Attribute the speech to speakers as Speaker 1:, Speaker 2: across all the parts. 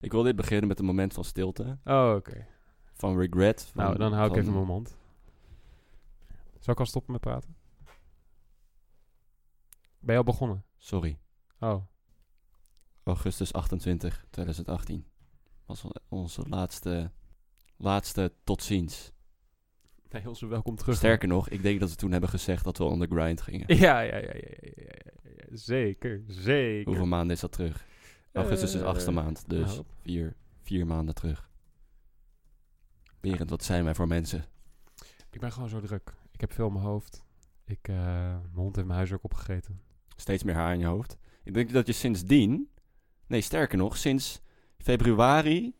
Speaker 1: Ik wil dit beginnen met een moment van stilte.
Speaker 2: Oh, oké.
Speaker 1: Van regret. Van,
Speaker 2: Nou, dan hou ik
Speaker 1: van-
Speaker 2: even mijn mond. Zal ik al stoppen met praten? Ben je al begonnen?
Speaker 1: Sorry.
Speaker 2: Oh,
Speaker 1: Augustus 28, 2018. Was on- onze laatste, laatste tot ziens.
Speaker 2: nee, onze welkom terug.
Speaker 1: Sterker nog, ik denk dat we toen hebben gezegd dat we on the grind gingen.
Speaker 2: Ja, ja, ja, ja, ja, ja, ja, ja. Zeker, zeker.
Speaker 1: Hoeveel maanden is dat terug? Augustus is
Speaker 2: Eh,
Speaker 1: achtste maand, dus
Speaker 2: nou.
Speaker 1: vier, vier maanden terug. Berend, wat zijn wij voor mensen?
Speaker 2: Ik ben gewoon zo druk. Ik heb veel in mijn hoofd. Ik, eh, mijn hond heeft mijn huiswerk opgegeten.
Speaker 1: Steeds meer haar in je hoofd. Ik denk dat je sindsdien... Nee, sterker nog, sinds februari...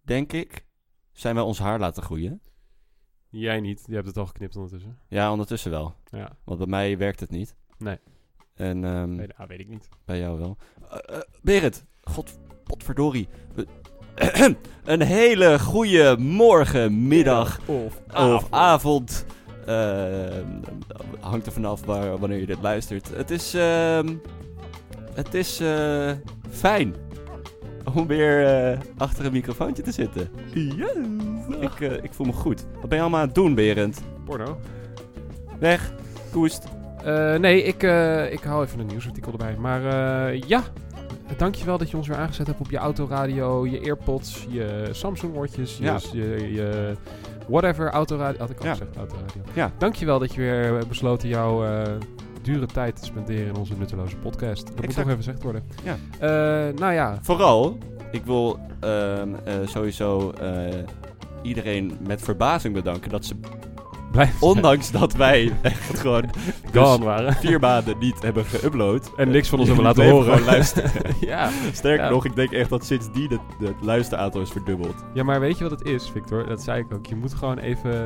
Speaker 1: denk ik, zijn wij ons haar laten groeien.
Speaker 2: Jij niet, je hebt het al geknipt ondertussen.
Speaker 1: Ja, ondertussen wel.
Speaker 2: Ja,
Speaker 1: Want bij mij werkt het niet.
Speaker 2: Nee.
Speaker 1: En ehm,
Speaker 2: nee, nou, weet ik niet.
Speaker 1: bij jou wel. Eh, eh, Berend, god, potverdorie. We- een hele goede morgen, middag
Speaker 2: Of
Speaker 1: of avond. Ehm, hangt er vanaf waar, wanneer je dit luistert. Het is, ehm, het is eh, fijn om weer eh, achter een microfoontje te zitten. Ik, eh, ik voel me goed. Wat ben je allemaal aan het doen, Berend?
Speaker 2: Porno.
Speaker 1: Weg, koest.
Speaker 2: Eh, nee, ik, eh, ik hou even een nieuwsartikel erbij. Maar eh, ja, dankjewel dat je ons weer aangezet hebt op je autoradio, je earpods, je Samsung-oortjes, je,
Speaker 1: Ja.
Speaker 2: je, je whatever, autoradio. Had ik al
Speaker 1: Ja.
Speaker 2: gezegd, autoradio.
Speaker 1: Ja.
Speaker 2: Dankjewel dat je weer hebt besloten jouw eh, dure tijd te spenderen in onze nutteloze podcast. Dat moet
Speaker 1: Exact.
Speaker 2: toch even gezegd worden.
Speaker 1: Ja.
Speaker 2: Eh, nou ja,
Speaker 1: Vooral, ik wil ehm, eh, sowieso eh, iedereen met verbazing bedanken dat ze,
Speaker 2: blijf
Speaker 1: ondanks dat wij echt gewoon dus
Speaker 2: gone waren.
Speaker 1: vier maanden niet hebben geüpload.
Speaker 2: En niks van ons
Speaker 1: eh,
Speaker 2: hebben laten
Speaker 1: bleven
Speaker 2: horen.
Speaker 1: gewoon luisteren.
Speaker 2: ja.
Speaker 1: Sterker
Speaker 2: Ja.
Speaker 1: nog, ik denk echt dat sindsdien het, het luisteraantal is verdubbeld.
Speaker 2: ja, maar weet je wat het is, Victor? Dat zei ik ook. Je moet gewoon even...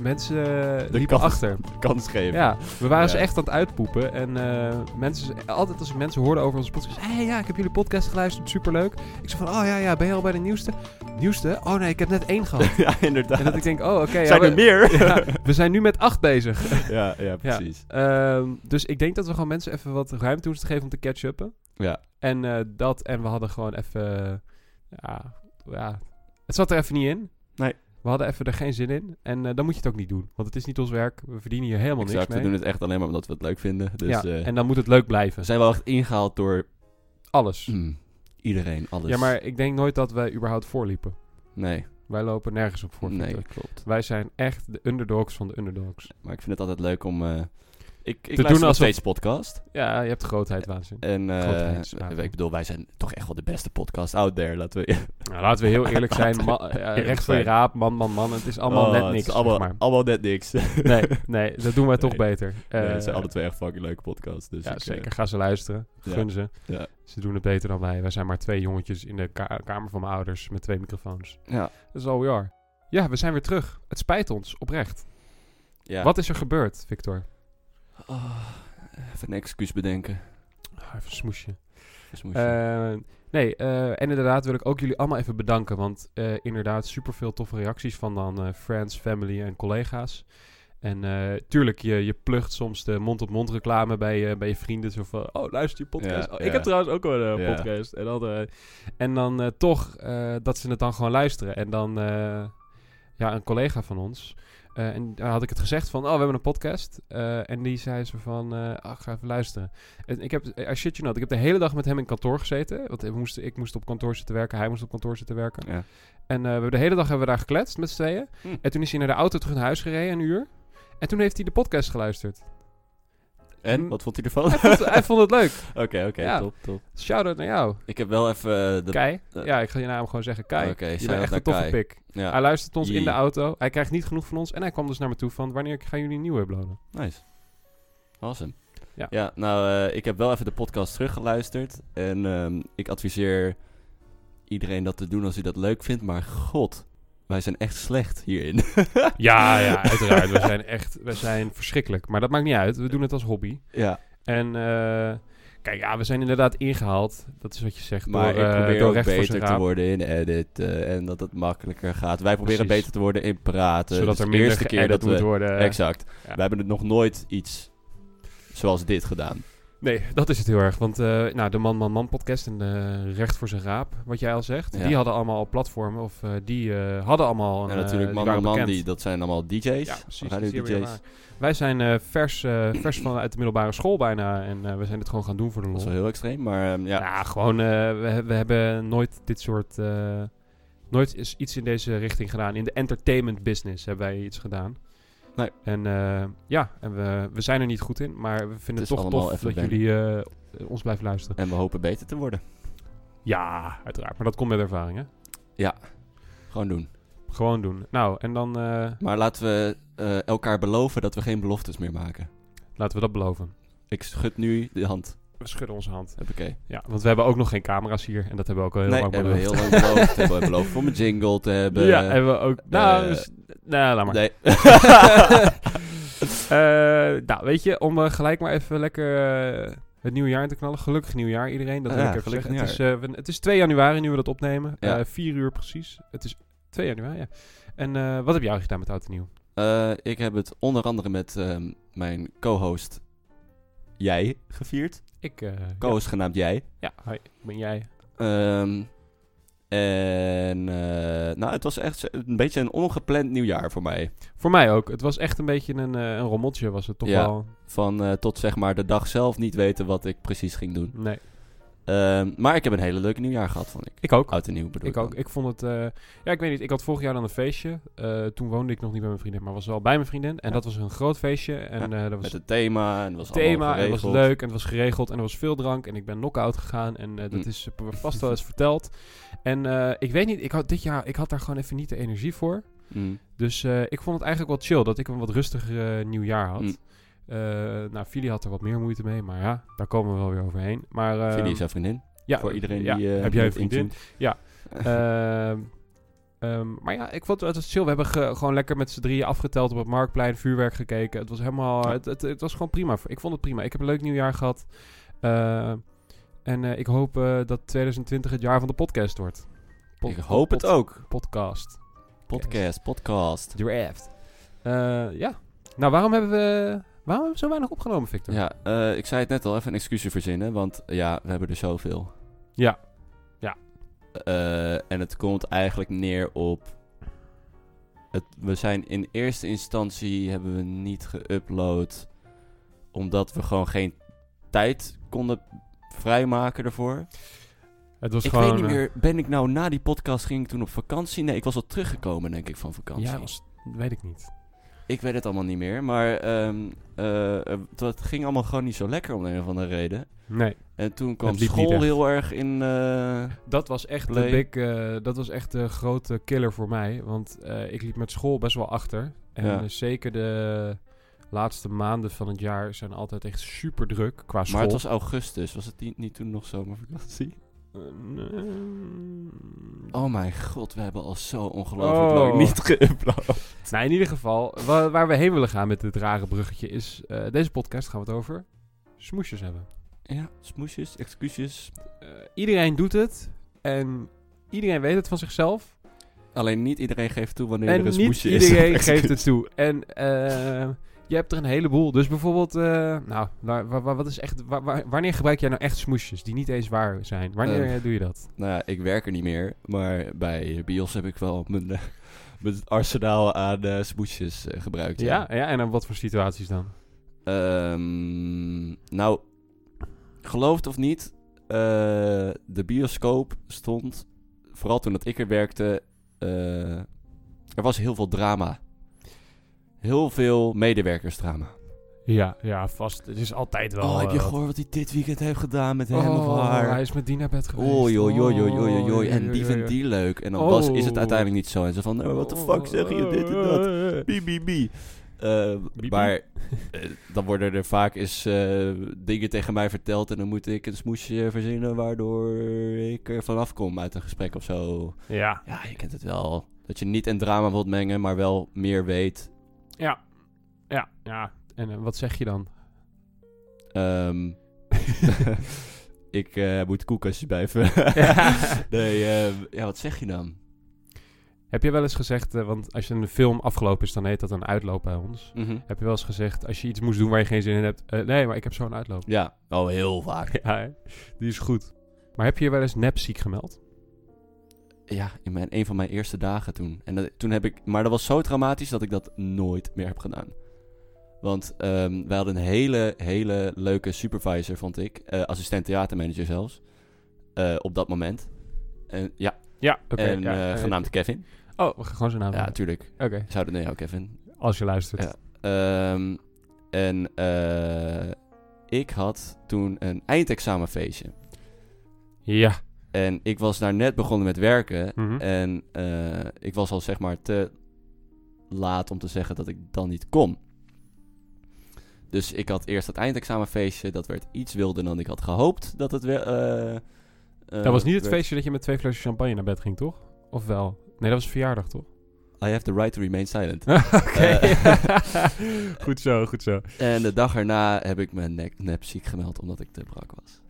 Speaker 2: Mensen
Speaker 1: De
Speaker 2: liepen
Speaker 1: kans.
Speaker 2: achter.
Speaker 1: Kans geven.
Speaker 2: Ja, we waren ze
Speaker 1: Ja.
Speaker 2: echt aan het uitpoepen. En eh, mensen, altijd als ik mensen hoorden over onze podcast. Hé, hey, ja, ik heb jullie podcast geluisterd, superleuk. Ik zei van, oh ja, ja, ben je al bij de nieuwste? Nieuwste? Oh nee, ik heb net één gehad.
Speaker 1: Ja, inderdaad.
Speaker 2: en dat ik denk, oh oké. ja,
Speaker 1: Zijn
Speaker 2: we,
Speaker 1: er meer?
Speaker 2: ja, we zijn nu met acht bezig.
Speaker 1: ja, ja, precies.
Speaker 2: Ehm, dus ik denk dat we gewoon mensen even wat ruimte hoesten te geven om te catch-uppen.
Speaker 1: Ja.
Speaker 2: En eh, dat, en we hadden gewoon even, ja, ja, het zat er even niet in.
Speaker 1: Nee.
Speaker 2: We hadden even er geen zin in. En eh, dan moet je het ook niet doen. Want het is niet ons werk. We verdienen hier helemaal
Speaker 1: Exact,
Speaker 2: niks
Speaker 1: we
Speaker 2: mee.
Speaker 1: doen het echt alleen maar omdat we het leuk vinden. Dus
Speaker 2: ja,
Speaker 1: eh,
Speaker 2: en dan moet het leuk blijven.
Speaker 1: we zijn wel echt ingehaald door
Speaker 2: Alles.
Speaker 1: mm, iedereen, alles.
Speaker 2: Ja, maar ik denk nooit dat wij überhaupt voorliepen.
Speaker 1: Nee,
Speaker 2: Wij lopen nergens op voor.
Speaker 1: nee,
Speaker 2: Victor.
Speaker 1: klopt.
Speaker 2: Wij zijn echt de underdogs van de underdogs.
Speaker 1: Maar ik vind het altijd leuk om... eh, ik ik
Speaker 2: doen
Speaker 1: luister nog
Speaker 2: alsof-
Speaker 1: steeds podcast.
Speaker 2: Ja, je hebt grootheid waanzin.
Speaker 1: En eh,
Speaker 2: Grootheidswaanzin.
Speaker 1: ik bedoel, wij zijn toch echt wel de beste podcast out there. Laten we
Speaker 2: Nou, laten we heel eerlijk zijn.
Speaker 1: Laten we
Speaker 2: Ma- eh,
Speaker 1: eerlijk
Speaker 2: recht voor je
Speaker 1: zijn.
Speaker 2: raap, man, man, man. Het is allemaal
Speaker 1: Oh,
Speaker 2: net
Speaker 1: het is
Speaker 2: niks. zeg
Speaker 1: Allemaal,
Speaker 2: maar.
Speaker 1: allemaal net niks.
Speaker 2: Nee, nee, dat doen wij toch
Speaker 1: Nee.
Speaker 2: beter.
Speaker 1: Nee,
Speaker 2: Eh,
Speaker 1: het zijn alle twee echt fucking leuke podcasts. Dus
Speaker 2: ja,
Speaker 1: ik, eh,
Speaker 2: zeker. Ga ze luisteren.
Speaker 1: ja.
Speaker 2: Gun ze.
Speaker 1: Ja.
Speaker 2: Ze doen het beter dan wij. Wij zijn maar twee jongetjes in de ka- kamer van mijn ouders met twee microfoons.
Speaker 1: ja.
Speaker 2: Dat is all we are. Ja, we zijn weer terug. Het spijt ons, oprecht.
Speaker 1: Ja.
Speaker 2: Wat is er gebeurd, Victor?
Speaker 1: Oh, even een excuus bedenken.
Speaker 2: Ah, even een smoesje.
Speaker 1: Dus moest je-
Speaker 2: Eh, nee, eh, en inderdaad wil ik ook jullie allemaal even bedanken. Want eh, inderdaad, superveel toffe reacties van dan eh, friends, family en collega's. En eh, tuurlijk, je, je plucht soms de mond-op-mond reclame bij, je- bij je vrienden. Zo van, oh, luister je podcast.
Speaker 1: Ja,
Speaker 2: Oh,
Speaker 1: ja.
Speaker 2: Ik heb trouwens ook wel een eh,
Speaker 1: Ja.
Speaker 2: podcast. En dan, eh, en dan eh, toch eh, dat ze het dan gewoon luisteren. En dan, eh, ja, een collega van ons... eh, en daar had ik het gezegd van, oh, we hebben een podcast. Eh, en die zei ze van, eh ah, ik ga even luisteren. En ik heb, eh, I shit you not, ik heb de hele dag met hem in kantoor gezeten. Want ik moest, ik moest op kantoor zitten werken, hij moest op kantoor zitten werken.
Speaker 1: ja.
Speaker 2: En eh, we hebben de hele dag hebben we daar gekletst met z'n tweeën.
Speaker 1: Hm.
Speaker 2: En toen is hij naar de auto terug naar huis gereden, een uur. En toen heeft hij de podcast geluisterd.
Speaker 1: En?
Speaker 2: mm.
Speaker 1: Wat vond hij ervan?
Speaker 2: Hij vond, hij vond het leuk.
Speaker 1: Oké, oké,
Speaker 2: Ja.
Speaker 1: top, top.
Speaker 2: Shout-out naar jou,
Speaker 1: Ik heb wel even eh, de...
Speaker 2: Kai.
Speaker 1: eh,
Speaker 2: ja, ik ga je naam gewoon zeggen, Kai.
Speaker 1: Oké,
Speaker 2: je
Speaker 1: shout-out
Speaker 2: bent echt
Speaker 1: naar
Speaker 2: een toffe
Speaker 1: Kai.
Speaker 2: pik. Hij
Speaker 1: Ja,
Speaker 2: luistert ons in de
Speaker 1: Jee.
Speaker 2: auto. Hij krijgt niet genoeg van ons. En hij kwam dus naar me toe van, wanneer gaan jullie een nieuwe uploaden?
Speaker 1: nice. Awesome.
Speaker 2: Ja.
Speaker 1: ja nou, eh, ik heb wel even de podcast teruggeluisterd. En ehm, ik adviseer iedereen dat te doen als hij dat leuk vindt. Maar god, wij zijn echt slecht hierin.
Speaker 2: Ja, ja, uiteraard. we zijn echt, we zijn verschrikkelijk. Maar dat maakt niet uit. We doen het als hobby.
Speaker 1: ja,
Speaker 2: En eh, kijk, ja, we zijn inderdaad ingehaald. Dat is wat je zegt.
Speaker 1: maar
Speaker 2: door,
Speaker 1: ik
Speaker 2: eh,
Speaker 1: probeer
Speaker 2: door
Speaker 1: ook
Speaker 2: recht voor zijn
Speaker 1: beter te
Speaker 2: raap.
Speaker 1: worden in edit. eh, en dat het makkelijker gaat. Wij proberen
Speaker 2: Precies.
Speaker 1: beter te worden in praten.
Speaker 2: Zodat
Speaker 1: Dus
Speaker 2: er
Speaker 1: de
Speaker 2: minder
Speaker 1: eerste keer dat
Speaker 2: moet
Speaker 1: we
Speaker 2: worden.
Speaker 1: exact.
Speaker 2: ja.
Speaker 1: We hebben het nog nooit iets zoals dit gedaan.
Speaker 2: Nee, dat is het heel erg. Want eh, nou, de Man Man Man podcast en de Recht voor zijn Raap, wat jij al zegt,
Speaker 1: Ja.
Speaker 2: die hadden allemaal al platformen. Of eh, die eh, hadden allemaal een.
Speaker 1: En
Speaker 2: eh,
Speaker 1: natuurlijk
Speaker 2: die
Speaker 1: Man
Speaker 2: waren
Speaker 1: en Man,
Speaker 2: bekend.
Speaker 1: die, dat zijn allemaal DJ's.
Speaker 2: Ja, precies. dat is hier weer waar.
Speaker 1: Radio-DJ's.
Speaker 2: Wij zijn eh, vers, eh, vers vanuit de middelbare school bijna. En eh, we zijn dit gewoon gaan doen voor de
Speaker 1: Dat
Speaker 2: lol.
Speaker 1: is wel heel extreem, maar ehm, ja.
Speaker 2: ja. gewoon, eh, we, we hebben nooit dit soort... eh, nooit is iets in deze richting gedaan. In de entertainment business hebben wij iets gedaan.
Speaker 1: Nee.
Speaker 2: En eh, ja, en we, we zijn er niet goed in. Maar we vinden
Speaker 1: is
Speaker 2: het, toch
Speaker 1: allemaal
Speaker 2: tof
Speaker 1: even
Speaker 2: dat jullie eh, ons blijven luisteren.
Speaker 1: En we hopen beter te worden.
Speaker 2: Ja, uiteraard. Maar dat komt met ervaring, hè?
Speaker 1: Gewoon doen.
Speaker 2: Gewoon doen. Nou, en dan eh,
Speaker 1: Maar laten we eh, elkaar beloven dat we geen beloftes meer maken.
Speaker 2: laten we dat beloven.
Speaker 1: Ik schud nu de hand.
Speaker 2: We schudden onze hand.
Speaker 1: Oké.
Speaker 2: Ja, want we hebben ook nog geen camera's hier. En dat hebben we ook al heel
Speaker 1: Nee,
Speaker 2: lang
Speaker 1: hebben we
Speaker 2: beloofd.
Speaker 1: heel lang beloofd. hebben we beloofd om een jingle te hebben.
Speaker 2: ja, hebben we ook. nou,
Speaker 1: eh,
Speaker 2: dus- nou, laat maar.
Speaker 1: Nee.
Speaker 2: Eh, nou, weet je, om eh, gelijk maar even lekker eh, het nieuwe jaar in te knallen. Gelukkig nieuwjaar iedereen, dat wil
Speaker 1: Ja,
Speaker 2: ik even
Speaker 1: gelukkig
Speaker 2: zeggen. Het is, eh, we- het is 2 januari nu we dat opnemen.
Speaker 1: Ja.
Speaker 2: Eh, 4 uur precies. Het is 2 januari, ja. En eh, wat heb jij gedaan met Oud en Nieuw?
Speaker 1: Eh, ik heb het onder andere met ehm, mijn co-host jij gevierd.
Speaker 2: Ik, eh,
Speaker 1: Co-host genaamd jij.
Speaker 2: ja, ja, hi, ben jij.
Speaker 1: Ehm, en eh, nou, het was echt een beetje een ongepland nieuwjaar voor mij.
Speaker 2: Voor mij ook. Het was echt een beetje een, eh, een rommeltje was het toch
Speaker 1: Ja.
Speaker 2: wel.
Speaker 1: Van eh, tot zeg maar de dag zelf niet weten wat ik precies ging doen.
Speaker 2: Nee,
Speaker 1: Ehm, maar ik heb een hele leuke nieuwjaar gehad, vond ik.
Speaker 2: ik ook.
Speaker 1: Oud en nieuw Ah, bedoel ik.
Speaker 2: Ik ook. Ik vond het... eh, ja, ik weet niet. Ik had vorig jaar dan een feestje. Eh, toen woonde ik nog niet bij mijn vriendin, maar was wel bij mijn vriendin. En
Speaker 1: Ja.
Speaker 2: dat was een groot feestje. En eh dat was
Speaker 1: Met het thema en het was
Speaker 2: thema.
Speaker 1: allemaal
Speaker 2: En het was
Speaker 1: geregeld.
Speaker 2: leuk en het was geregeld en er was veel drank. En ik ben knock-out gegaan en eh, dat
Speaker 1: Mm.
Speaker 2: is eh, vast wel eens verteld. En eh, ik weet niet, ik had dit jaar, ik had daar gewoon even niet de energie voor.
Speaker 1: Mm.
Speaker 2: Dus eh, ik vond het eigenlijk wel chill dat ik een wat rustiger eh, nieuwjaar had.
Speaker 1: Mm.
Speaker 2: Eh, nou, Fili had er wat meer moeite mee, maar ja, daar komen we wel weer overheen. Maar, eh,
Speaker 1: Philly is jouw vriendin.
Speaker 2: ja,
Speaker 1: voor iedereen
Speaker 2: ja,
Speaker 1: die... eh,
Speaker 2: heb jij een
Speaker 1: niet
Speaker 2: vriendin?
Speaker 1: intuned.
Speaker 2: Ehm, ehm, maar ja, ik vond het, het was chill. We hebben ge- gewoon lekker met z'n drieën afgeteld op het marktplein, vuurwerk gekeken. Het was helemaal.
Speaker 1: Ja.
Speaker 2: Het, het, het was gewoon prima. Ik vond het prima. Ik heb een leuk nieuwjaar gehad. Eh, en eh, ik hoop eh, dat 2020 het jaar van de podcast wordt. Pod-
Speaker 1: Ik hoop het
Speaker 2: pod-
Speaker 1: ook.
Speaker 2: Podcast.
Speaker 1: Podcast, podcast.
Speaker 2: Draft. Eh, ja. Nou, waarom hebben we. Waarom hebben we zo weinig opgenomen, Victor?
Speaker 1: Ja, eh, ik zei het net al, even een excuusje verzinnen, want ja, we hebben er zoveel.
Speaker 2: Ja. Ja.
Speaker 1: Eh, en het komt eigenlijk neer op... Het, we zijn in eerste instantie hebben we niet geüpload, omdat we gewoon geen tijd konden vrijmaken ervoor.
Speaker 2: Het was
Speaker 1: Ik
Speaker 2: gewoon.
Speaker 1: weet niet
Speaker 2: eh,
Speaker 1: meer, ben ik nou na die podcast, ging ik toen op vakantie? Nee, ik was al teruggekomen denk ik van vakantie.
Speaker 2: ja, was, weet ik niet.
Speaker 1: Ik weet het allemaal niet meer, maar ehm eh, eh, dat ging allemaal gewoon niet zo lekker om een of andere reden.
Speaker 2: Nee.
Speaker 1: En toen kwam
Speaker 2: Het liep niet
Speaker 1: school
Speaker 2: echt.
Speaker 1: heel erg in. eh,
Speaker 2: Dat was echt de
Speaker 1: Play.
Speaker 2: big, eh, dat was echt de grote killer voor mij. Want eh, ik liep met school best wel achter. En
Speaker 1: Ja.
Speaker 2: eh, zeker de laatste maanden van het jaar zijn altijd echt super druk qua school.
Speaker 1: maar het was augustus, was het niet, niet toen nog zomervakantie?
Speaker 2: Eh, nee.
Speaker 1: Oh mijn god, we hebben al zo ongelooflijk
Speaker 2: Oh.
Speaker 1: lang niet geüpload.
Speaker 2: Nou, in ieder geval, wa- waar, we heen willen gaan met dit rare bruggetje is... eh, deze podcast gaan we het over smoesjes hebben.
Speaker 1: Ja, smoesjes, excuses.
Speaker 2: Eh, iedereen doet het en iedereen weet het van zichzelf.
Speaker 1: Alleen niet iedereen geeft toe wanneer
Speaker 2: En
Speaker 1: er een
Speaker 2: niet
Speaker 1: smoesje is.
Speaker 2: iedereen
Speaker 1: Excuus.
Speaker 2: geeft het toe. En eh, je hebt er een heleboel. Dus bijvoorbeeld, eh, nou, waar, waar- waar- wat is echt, waar- waar- wanneer gebruik jij nou echt smoesjes die niet eens waar zijn? Wanneer
Speaker 1: Eh.
Speaker 2: eh, doe je dat?
Speaker 1: Nou ja, ik werk er niet meer, maar bij BIOS heb ik wel mijn, eh, mijn arsenaal aan eh, smoesjes eh, gebruikt.
Speaker 2: Ja, ja, en dan wat voor situaties dan?
Speaker 1: Ehm, nou, geloof het of niet, eh, de bioscoop stond, vooral toen dat ik er werkte, eh, er was heel veel drama. Heel veel medewerkersdrama.
Speaker 2: Ja, ja, vast. Het is altijd wel.
Speaker 1: Oh, heb je
Speaker 2: eh,
Speaker 1: gehoord wat hij dit weekend heeft gedaan met hem
Speaker 2: Oh,
Speaker 1: of
Speaker 2: hij
Speaker 1: haar?
Speaker 2: is met die naar bed geweest.
Speaker 1: Oei, oei, oei, oei,
Speaker 2: Oh,
Speaker 1: oei, oei.
Speaker 2: oei,
Speaker 1: En die
Speaker 2: oei,
Speaker 1: vindt
Speaker 2: oei.
Speaker 1: die leuk. En dan
Speaker 2: Oh.
Speaker 1: was, is het uiteindelijk niet zo. En ze van, nou, wat de fuck zeg je dit en dat? Bie, bie, bie. Eh,
Speaker 2: bie.
Speaker 1: maar eh, dan worden er vaak eens eh, dingen tegen mij verteld. En dan moet ik een smoesje verzinnen waardoor ik er vanaf kom uit een gesprek of zo.
Speaker 2: Ja,
Speaker 1: Ja, je kent het wel. Dat je niet in drama wilt mengen, maar wel meer weet.
Speaker 2: ja, ja, ja. En eh, wat zeg je dan?
Speaker 1: Ehm, ik eh, moet koelkastjes blijven. nee, ehm, ja, wat zeg je dan?
Speaker 2: Heb je wel eens gezegd, eh, want als je een film afgelopen is, dan heet dat een uitloop bij ons.
Speaker 1: Mhm.
Speaker 2: Heb je wel eens gezegd, als je iets moest doen waar je geen zin in hebt, eh, nee, maar ik heb zo'n uitloop.
Speaker 1: Ja, oh, heel vaak.
Speaker 2: Ja, hè? die is goed. Maar heb je je wel eens nepziek gemeld?
Speaker 1: Ja, in mijn, een van mijn eerste dagen toen. En dat, toen heb ik, maar dat was zo traumatisch dat ik dat nooit meer heb gedaan. Want ehm wij hadden een hele, hele leuke supervisor, vond ik. eh, assistent theatermanager zelfs. eh, op dat moment. En, ja,
Speaker 2: Ja, oké.
Speaker 1: en
Speaker 2: ja,
Speaker 1: eh,
Speaker 2: eh,
Speaker 1: genaamd Kevin.
Speaker 2: Oh, we gaan gewoon zijn naam
Speaker 1: Ja,
Speaker 2: noemen.
Speaker 1: tuurlijk.
Speaker 2: Oké,
Speaker 1: Zouden nee, jou, Kevin.
Speaker 2: als je luistert.
Speaker 1: Ja. Ehm, en eh, ik had toen een eindexamenfeestje.
Speaker 2: Ja.
Speaker 1: En ik was daar net begonnen met werken.
Speaker 2: Mhm.
Speaker 1: En eh, ik was al zeg maar te laat om te zeggen dat ik dan niet kom. Dus ik had eerst dat eindexamenfeestje. Dat werd iets wilder dan ik had gehoopt dat het eh, weer.
Speaker 2: dat was niet het feestje dat je met twee flesjes champagne naar bed ging, toch? Of wel? Nee, dat was een verjaardag, toch?
Speaker 1: I have the right to remain silent.
Speaker 2: Oké.
Speaker 1: Eh.
Speaker 2: goed zo, goed zo.
Speaker 1: en de dag erna heb ik mijn nek nepziek gemeld omdat ik te brak was.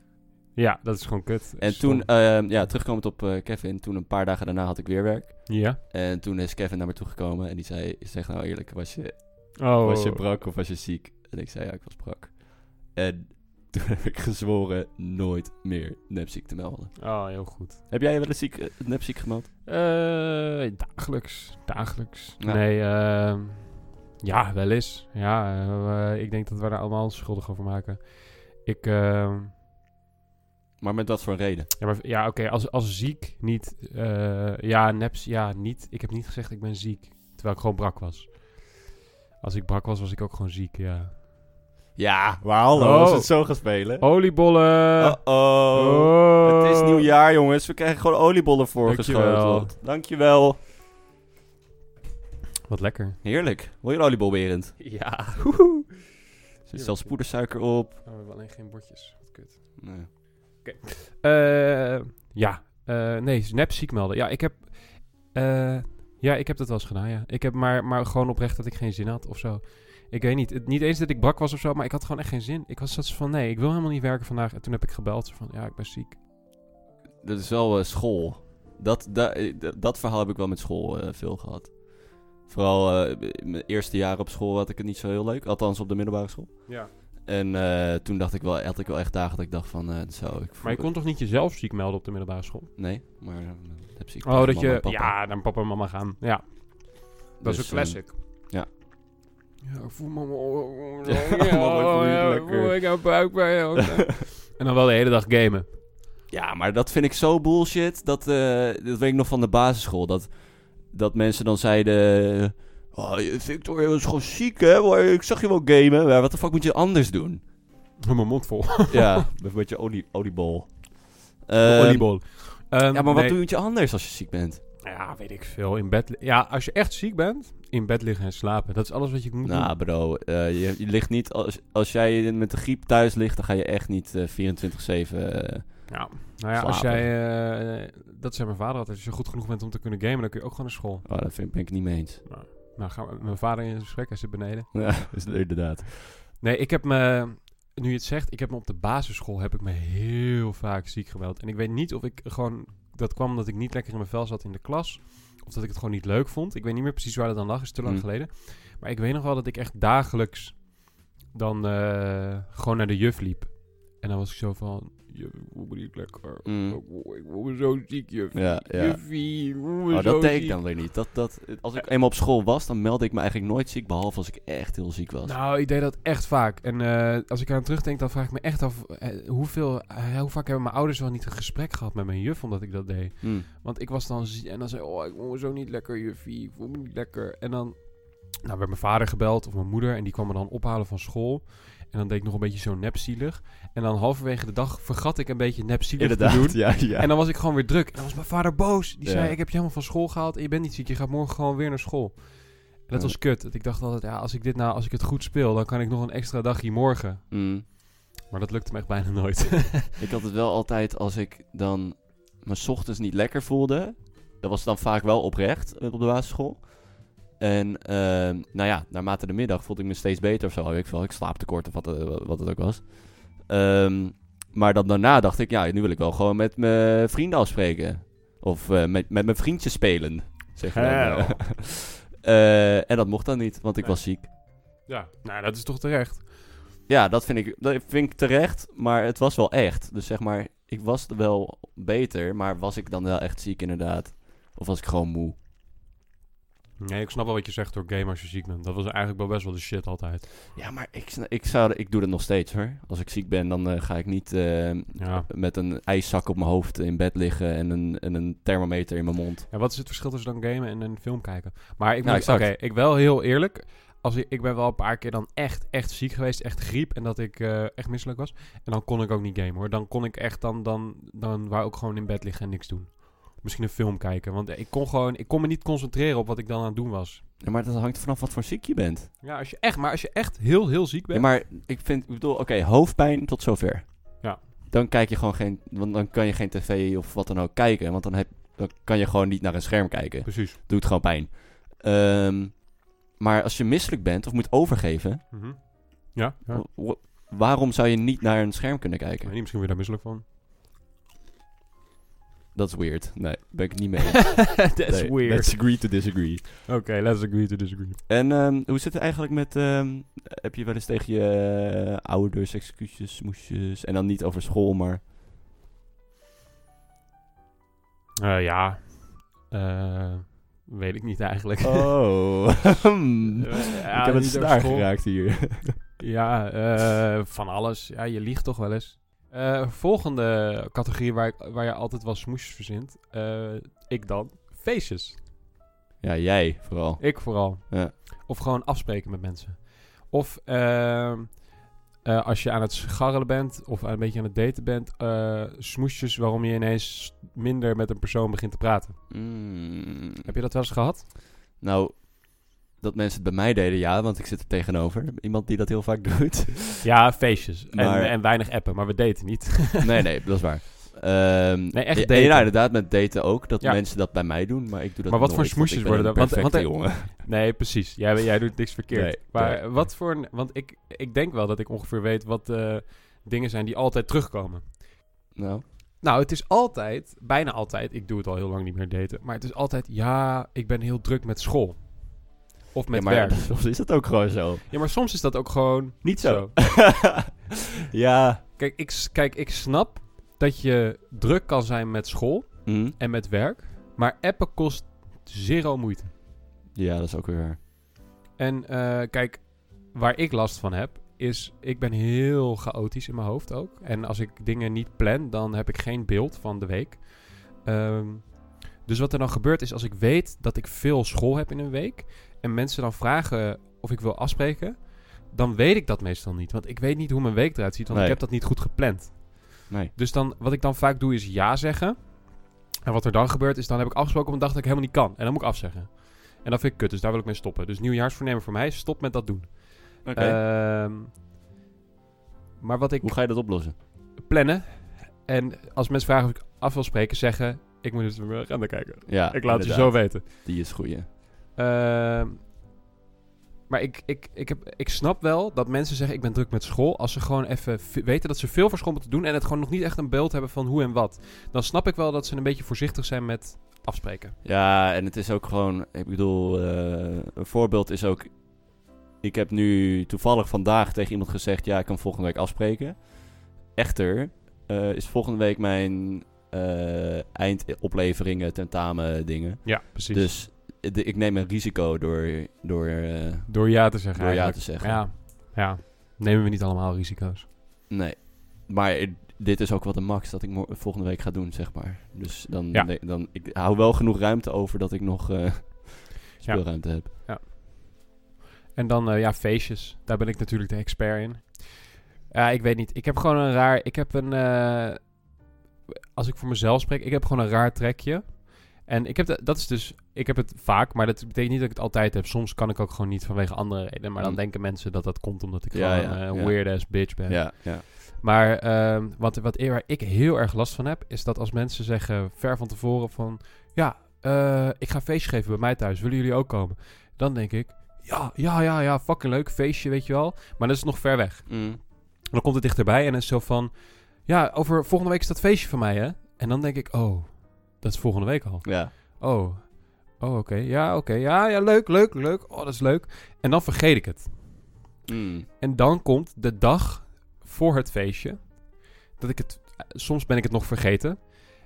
Speaker 2: Ja, dat is gewoon kut.
Speaker 1: En
Speaker 2: Stom.
Speaker 1: toen, ehm, ja, terugkomend op eh, Kevin, toen een paar dagen daarna had ik weer werk.
Speaker 2: Ja.
Speaker 1: En toen is Kevin naar me toegekomen en die zei, zeg nou eerlijk, was je,
Speaker 2: Oh.
Speaker 1: was je brak of was je ziek? En ik zei, ja, ik was brak. En toen heb ik gezworen nooit meer nepziek te melden.
Speaker 2: Oh, heel goed.
Speaker 1: Heb jij je wel eens ziek, eh, nepziek gemeld?
Speaker 2: Eh, dagelijks. Dagelijks.
Speaker 1: Ja.
Speaker 2: Nee, ehm, ja, wel eens. Ja, eh, eh, ik denk dat we daar allemaal ons schuldig over maken. Ik, ehm,
Speaker 1: Maar met wat voor reden?
Speaker 2: ja, maar, ja oké, als, als ziek niet, eh, ja, neps, ja, niet. Ik heb niet gezegd ik ben ziek, terwijl ik gewoon brak was. Als ik brak was, was ik ook gewoon ziek, ja.
Speaker 1: Ja, maar
Speaker 2: hallo, als het
Speaker 1: zo gaan spelen.
Speaker 2: Oliebollen!
Speaker 1: oh
Speaker 2: Oh.
Speaker 1: Het is nieuwjaar, jongens. We krijgen gewoon oliebollen
Speaker 2: Dankjewel.
Speaker 1: voorgeschoteld. Dankjewel.
Speaker 2: Wat lekker.
Speaker 1: Heerlijk. Wil je een oliebol, Berend? Er
Speaker 2: Ja.
Speaker 1: zit zelfs poedersuiker op.
Speaker 2: Oh, we hebben alleen geen bordjes. Wat kut.
Speaker 1: Nee.
Speaker 2: Eh, ja. Eh, nee, nep ziek melden. Ja, ik heb... eh, ja, ik heb dat wel eens gedaan, ja. Ik heb maar, maar gewoon oprecht dat ik geen zin had of zo. Ik weet niet. Het, niet eens dat ik brak was of zo, maar ik had gewoon echt geen zin. Ik was zat zo van, nee, ik wil helemaal niet werken vandaag. En toen heb ik gebeld zo van, ja, ik ben ziek.
Speaker 1: Dat is wel eh, school. Dat, da- eh, d- dat verhaal heb ik wel met school eh, veel gehad. Vooral eh, in mijn eerste jaar op school had ik het niet zo heel leuk. Althans op de middelbare school.
Speaker 2: Ja.
Speaker 1: En eh, toen dacht ik wel, had ik wel echt dagen dat ik dacht van... eh, zo, ik voel
Speaker 2: Maar je
Speaker 1: het-
Speaker 2: kon toch niet jezelf ziek melden op de middelbare school?
Speaker 1: Nee, maar... eh, heb ik
Speaker 2: Oh, dat je...
Speaker 1: Ja.
Speaker 2: Ja, naar papa en mama gaan. Ja. Dat
Speaker 1: Dus, eh,
Speaker 2: is een classic.
Speaker 1: ja.
Speaker 2: eh, Ja, ik voel me...
Speaker 1: Ja, mama, ik voel je
Speaker 2: Ja, ik
Speaker 1: lekker.
Speaker 2: voel- ik heb buikpijn. ook. En dan wel de hele dag gamen.
Speaker 1: Ja, maar dat vind ik zo bullshit. Dat, eh, dat weet ik nog van de basisschool. Dat, dat mensen dan zeiden... Oh, Victor, je was gewoon ziek, hè? Maar Ik zag je wel gamen. Maar wat de fuck moet je anders doen?
Speaker 2: Mijn mond vol.
Speaker 1: ja, een beetje olie, oliebol.
Speaker 2: Een
Speaker 1: Ehm,
Speaker 2: oliebol. Ehm,
Speaker 1: Ja, maar wat
Speaker 2: nee. Nou
Speaker 1: doe je anders als je ziek bent?
Speaker 2: Ja, weet ik veel. In bed li- ja, als je echt ziek bent, in bed liggen en slapen. Dat is alles wat je moet
Speaker 1: Nou, bro, eh, je, je ligt niet... Als, als jij met de griep thuis ligt, dan ga je echt niet eh, 24-7... eh,
Speaker 2: doen. Ja. Nou ja, als
Speaker 1: slapen.
Speaker 2: jij... eh, dat zei mijn vader altijd. Als je goed genoeg bent om te kunnen gamen, dan kun je ook gewoon naar school.
Speaker 1: oh, dat vind, ben ik niet mee eens.
Speaker 2: Nou, gaan we, mijn vader in gesprek. Hij zit beneden.
Speaker 1: Ja, is inderdaad.
Speaker 2: Nee, ik heb me... Nu je het zegt, ik heb me op de basisschool heb ik me heel vaak ziek gemeld. En ik weet niet of ik gewoon... Dat kwam omdat ik niet lekker in mijn vel zat in de klas. Of dat ik het gewoon niet leuk vond. Ik weet niet meer precies waar dat dan lag. Is te lang
Speaker 1: Mm.
Speaker 2: geleden. Maar ik weet nog wel dat ik echt dagelijks dan eh, gewoon naar de juf liep. En dan was ik zo van... Juf, ik voel me niet lekker.
Speaker 1: Mm.
Speaker 2: Ik voel- Ik voel me zo ziek, juf.
Speaker 1: Ja, ja.
Speaker 2: Juffie, ik voel me
Speaker 1: Maar
Speaker 2: zo
Speaker 1: Oh, dat deed ik
Speaker 2: ziek.
Speaker 1: dan weer niet. Dat, dat, als ik eenmaal op school was, dan meldde ik me eigenlijk nooit ziek, behalve als ik echt heel ziek was.
Speaker 2: Nou, ik deed dat echt vaak. En eh, als ik aan terugdenk, dan vraag ik me echt af... eh, hoeveel, eh, hoe vaak hebben mijn ouders wel niet een gesprek gehad met mijn juf... omdat ik dat deed.
Speaker 1: Hm.
Speaker 2: Want ik was dan... zie- En dan zei oh, ik voel me zo niet lekker, juffie. Ik voel me niet lekker. En dan nou, werd mijn vader gebeld of mijn moeder... en die kwam me dan ophalen van school... En dan deed ik nog een beetje zo nepzielig. En dan halverwege de dag vergat ik een beetje nepzielig te doen.
Speaker 1: Inderdaad, ja, ja.
Speaker 2: En dan was ik gewoon weer druk. En dan was mijn vader boos. Die
Speaker 1: Ja.
Speaker 2: zei, ik heb je helemaal van school gehaald en je bent niet ziek. Je gaat morgen gewoon weer naar school. En dat
Speaker 1: Ja.
Speaker 2: was kut. Want Ik dacht altijd, ja, als ik dit nou, als ik het goed speel, dan kan ik nog een extra dagje morgen.
Speaker 1: Hm.
Speaker 2: Maar dat lukte me echt bijna nooit.
Speaker 1: Ik had het wel altijd als ik dan mijn ochtends niet lekker voelde. Dat was dan vaak wel oprecht eh, op de basisschool. En ehm, nou ja, naarmate de middag voelde ik me steeds beter of zo. Weet Ik, veel. ik slaaptekort of wat, eh, wa- wat het ook was. Ehm, maar dan daarna dacht ik, ja, nu wil ik wel gewoon met mijn vrienden afspreken. Of eh, met, met mijn vriendjes spelen. zeggen. dan,
Speaker 2: Hell.
Speaker 1: eh. Eh, en dat mocht dan niet, want ik
Speaker 2: Nee.
Speaker 1: was ziek.
Speaker 2: Ja, nou, dat is toch terecht.
Speaker 1: Ja, dat vind, ik, dat vind ik terecht, maar het was wel echt. Dus zeg maar, ik was wel beter, maar was ik dan wel echt ziek inderdaad? Of was ik gewoon moe?
Speaker 2: Nee, ik snap wel wat je zegt door game als je ziek bent. Dat was eigenlijk wel best wel de shit altijd.
Speaker 1: Ja, maar ik, sna- ik, zou, ik doe dat nog steeds hoor. Als ik ziek ben, dan eh, ga ik niet eh,
Speaker 2: Ja.
Speaker 1: met een ijszak op mijn hoofd in bed liggen en een, en een thermometer in mijn mond.
Speaker 2: En wat is het verschil tussen dan gamen en een film kijken? Maar ik
Speaker 1: Nou,
Speaker 2: moet, oké,
Speaker 1: exact.
Speaker 2: ik wel heel eerlijk. Als ik, ik ben wel een paar keer dan echt, echt ziek geweest. Echt griep en dat ik eh, echt misselijk was. En dan kon ik ook niet gamen hoor. Dan kon ik echt dan, dan, dan wou ik gewoon in bed liggen en niks doen. Misschien een film kijken. Want ik kon gewoon, ik kon me niet concentreren op wat ik dan aan het doen was.
Speaker 1: Ja, maar dat hangt vanaf wat voor ziek je bent.
Speaker 2: Ja, als je echt, maar als je echt heel, heel ziek
Speaker 1: Ja,
Speaker 2: bent.
Speaker 1: maar ik vind, ik bedoel, oké, hoofdpijn tot zover.
Speaker 2: Ja.
Speaker 1: Dan kijk je gewoon geen, want dan kan je geen tv of wat dan ook kijken, want dan, heb, dan kan je gewoon niet naar een scherm kijken.
Speaker 2: Precies.
Speaker 1: doet gewoon pijn. Ehm, maar als je misselijk bent of moet overgeven,
Speaker 2: Mhm. Ja, ja.
Speaker 1: wa- wa- waarom zou je niet naar een scherm kunnen
Speaker 2: Ik
Speaker 1: kijken?
Speaker 2: weet niet, misschien word je daar misselijk van.
Speaker 1: Dat is weird. Nee, ben ik het niet mee. eens.
Speaker 2: That's
Speaker 1: Nee,
Speaker 2: weird.
Speaker 1: Let's agree to disagree.
Speaker 2: Oké, let's agree to disagree.
Speaker 1: En ehm, hoe zit het eigenlijk met... ehm, heb je wel eens tegen je eh, ouders excuses, moesjes... En dan niet over school, maar...
Speaker 2: Eh, ja. Eh, weet ik niet eigenlijk.
Speaker 1: Oh, hmm.
Speaker 2: Eh, ja,
Speaker 1: ik heb een
Speaker 2: niet door
Speaker 1: snaar
Speaker 2: school.
Speaker 1: geraakt hier.
Speaker 2: Ja, eh, van alles. Ja, je liegt toch wel eens. Eh, volgende categorie waar, ik- waar je altijd wel smoesjes verzint. Eh, ik dan. Feestjes.
Speaker 1: ja, jij vooral.
Speaker 2: Ik vooral.
Speaker 1: Ja.
Speaker 2: Of gewoon afspreken met mensen. Of ehm, eh, als je aan het scharrelen bent of een beetje aan het daten bent, eh, smoesjes waarom je ineens minder met een persoon begint te praten.
Speaker 1: Mm.
Speaker 2: Heb je dat wel eens gehad?
Speaker 1: Nou, dat mensen het bij mij deden, ja, want ik zit er tegenover. Iemand die dat heel vaak doet.
Speaker 2: Ja, feestjes.
Speaker 1: Maar-
Speaker 2: En, en weinig appen, maar we daten niet.
Speaker 1: nee, nee, dat is waar. Ehm,
Speaker 2: Nee, echt
Speaker 1: ja,
Speaker 2: daten.
Speaker 1: ja, inderdaad, met daten ook. Dat
Speaker 2: Ja.
Speaker 1: mensen dat bij mij doen, maar ik doe dat
Speaker 2: Maar wat
Speaker 1: nooit,
Speaker 2: voor
Speaker 1: want
Speaker 2: smoesjes
Speaker 1: ik ben
Speaker 2: worden
Speaker 1: een
Speaker 2: dat? Want-
Speaker 1: perfecte
Speaker 2: want-
Speaker 1: jongen.
Speaker 2: Nee, precies. Jij, jij doet niks verkeerd.
Speaker 1: Nee,
Speaker 2: maar
Speaker 1: nee.
Speaker 2: wat voor een... Want ik, ik denk wel dat ik ongeveer weet wat eh, dingen zijn die altijd terugkomen.
Speaker 1: Nou,
Speaker 2: Nou, het is altijd, bijna altijd... Ik doe het al heel lang niet meer daten. Maar het is altijd, ja, ik ben heel druk met school. Of met
Speaker 1: ja, maar
Speaker 2: werk.
Speaker 1: soms is dat ook gewoon zo.
Speaker 2: Ja, maar soms is dat ook gewoon niet
Speaker 1: zo.
Speaker 2: zo.
Speaker 1: ja.
Speaker 2: Kijk, ik, s- kijk, ik snap dat je druk kan zijn met school
Speaker 1: Hm,
Speaker 2: en met werk. Maar appen kost zero moeite.
Speaker 1: Ja, dat is ook weer waar.
Speaker 2: En eh, kijk, waar ik last van heb, is ik ben heel chaotisch in mijn hoofd ook. En als ik dingen niet plan, dan heb ik geen beeld van de week. Ehm, dus wat er dan gebeurt is, als ik weet dat ik veel school heb in een week en mensen dan vragen of ik wil afspreken, dan weet ik dat meestal niet. Want ik weet niet hoe mijn week eruit ziet, want
Speaker 1: Nee.
Speaker 2: ik heb dat niet goed gepland.
Speaker 1: Nee.
Speaker 2: Dus dan, wat ik dan vaak doe is ja zeggen. En wat er dan gebeurt is, dan heb ik afgesproken op een dag dat ik helemaal niet kan. En dan moet ik afzeggen. En dat vind ik kut, dus daar wil ik mee stoppen. Dus nieuwjaarsvoornemen voor mij is stop met dat doen. Ehm, maar wat ik
Speaker 1: Hoe ga je dat oplossen?
Speaker 2: plannen. En als mensen vragen of ik af wil spreken, zeggen... Ik moet eens naar mijn agenda kijken.
Speaker 1: Ja,
Speaker 2: ik laat het je zo
Speaker 1: inderdaad.
Speaker 2: weten.
Speaker 1: Die is goeie.
Speaker 2: Ehm, maar ik, ik, ik, heb, ik snap wel dat mensen zeggen... Ik ben druk met school. Als ze gewoon even v- weten dat ze veel voor school moeten doen... en het gewoon nog niet echt een beeld hebben van hoe en wat. Dan snap ik wel dat ze een beetje voorzichtig zijn met afspreken.
Speaker 1: Ja, en het is ook gewoon, ik bedoel, eh, een voorbeeld is ook. Ik heb nu toevallig vandaag tegen iemand gezegd: ja, ik kan volgende week afspreken. Echter, eh, is volgende week mijn eh, eindopleveringen, tentamen, dingen.
Speaker 2: Ja, precies.
Speaker 1: Dus de- ik neem een risico door, door, eh,
Speaker 2: Door ja te zeggen
Speaker 1: door ja
Speaker 2: eigenlijk.
Speaker 1: te zeggen.
Speaker 2: Ja, ja. Nemen we niet allemaal risico's.
Speaker 1: Nee. Maar i- dit is ook wat de max dat ik mo- volgende week ga doen, zeg maar. Dus dan,
Speaker 2: Ja.
Speaker 1: nee, dan ik hou wel genoeg ruimte over dat ik nog eh speelruimte heb.
Speaker 2: En dan, eh, ja, feestjes. Daar ben ik natuurlijk de expert in. Ja, ik weet niet. Ik heb gewoon een raar... Ik heb een... eh, als ik voor mezelf spreek, ik heb gewoon een raar trekje. En ik heb dat, dat is dus... Ik heb het vaak, maar dat betekent niet dat ik het altijd heb. Soms kan ik ook gewoon niet vanwege andere redenen. Maar dan
Speaker 1: Mm.
Speaker 2: denken mensen dat dat komt omdat ik
Speaker 1: Ja,
Speaker 2: gewoon
Speaker 1: ja,
Speaker 2: eh, een
Speaker 1: ja.
Speaker 2: weird-ass bitch ben.
Speaker 1: Ja, ja.
Speaker 2: Maar ehm, wat, wat e- waar ik heel erg last van heb, is dat als mensen zeggen ver van tevoren van... Ja, eh, ik ga een feestje geven bij mij thuis. Willen jullie ook komen? Dan denk ik, ja, ja, ja, ja, fucking leuk feestje, weet je wel. Maar dat is nog ver weg.
Speaker 1: Mm.
Speaker 2: En dan komt het dichterbij en is zo van... Ja, over volgende week is dat feestje van mij, hè? En dan denk ik, oh, dat is volgende week al.
Speaker 1: Ja.
Speaker 2: Oh, Oh, oké. Ja, oké. Ja, ja, leuk, leuk, leuk. Oh, dat is leuk. En dan vergeet ik het.
Speaker 1: Mm.
Speaker 2: En dan komt de dag voor het feestje. Dat ik het... eh, Soms ben ik het nog vergeten.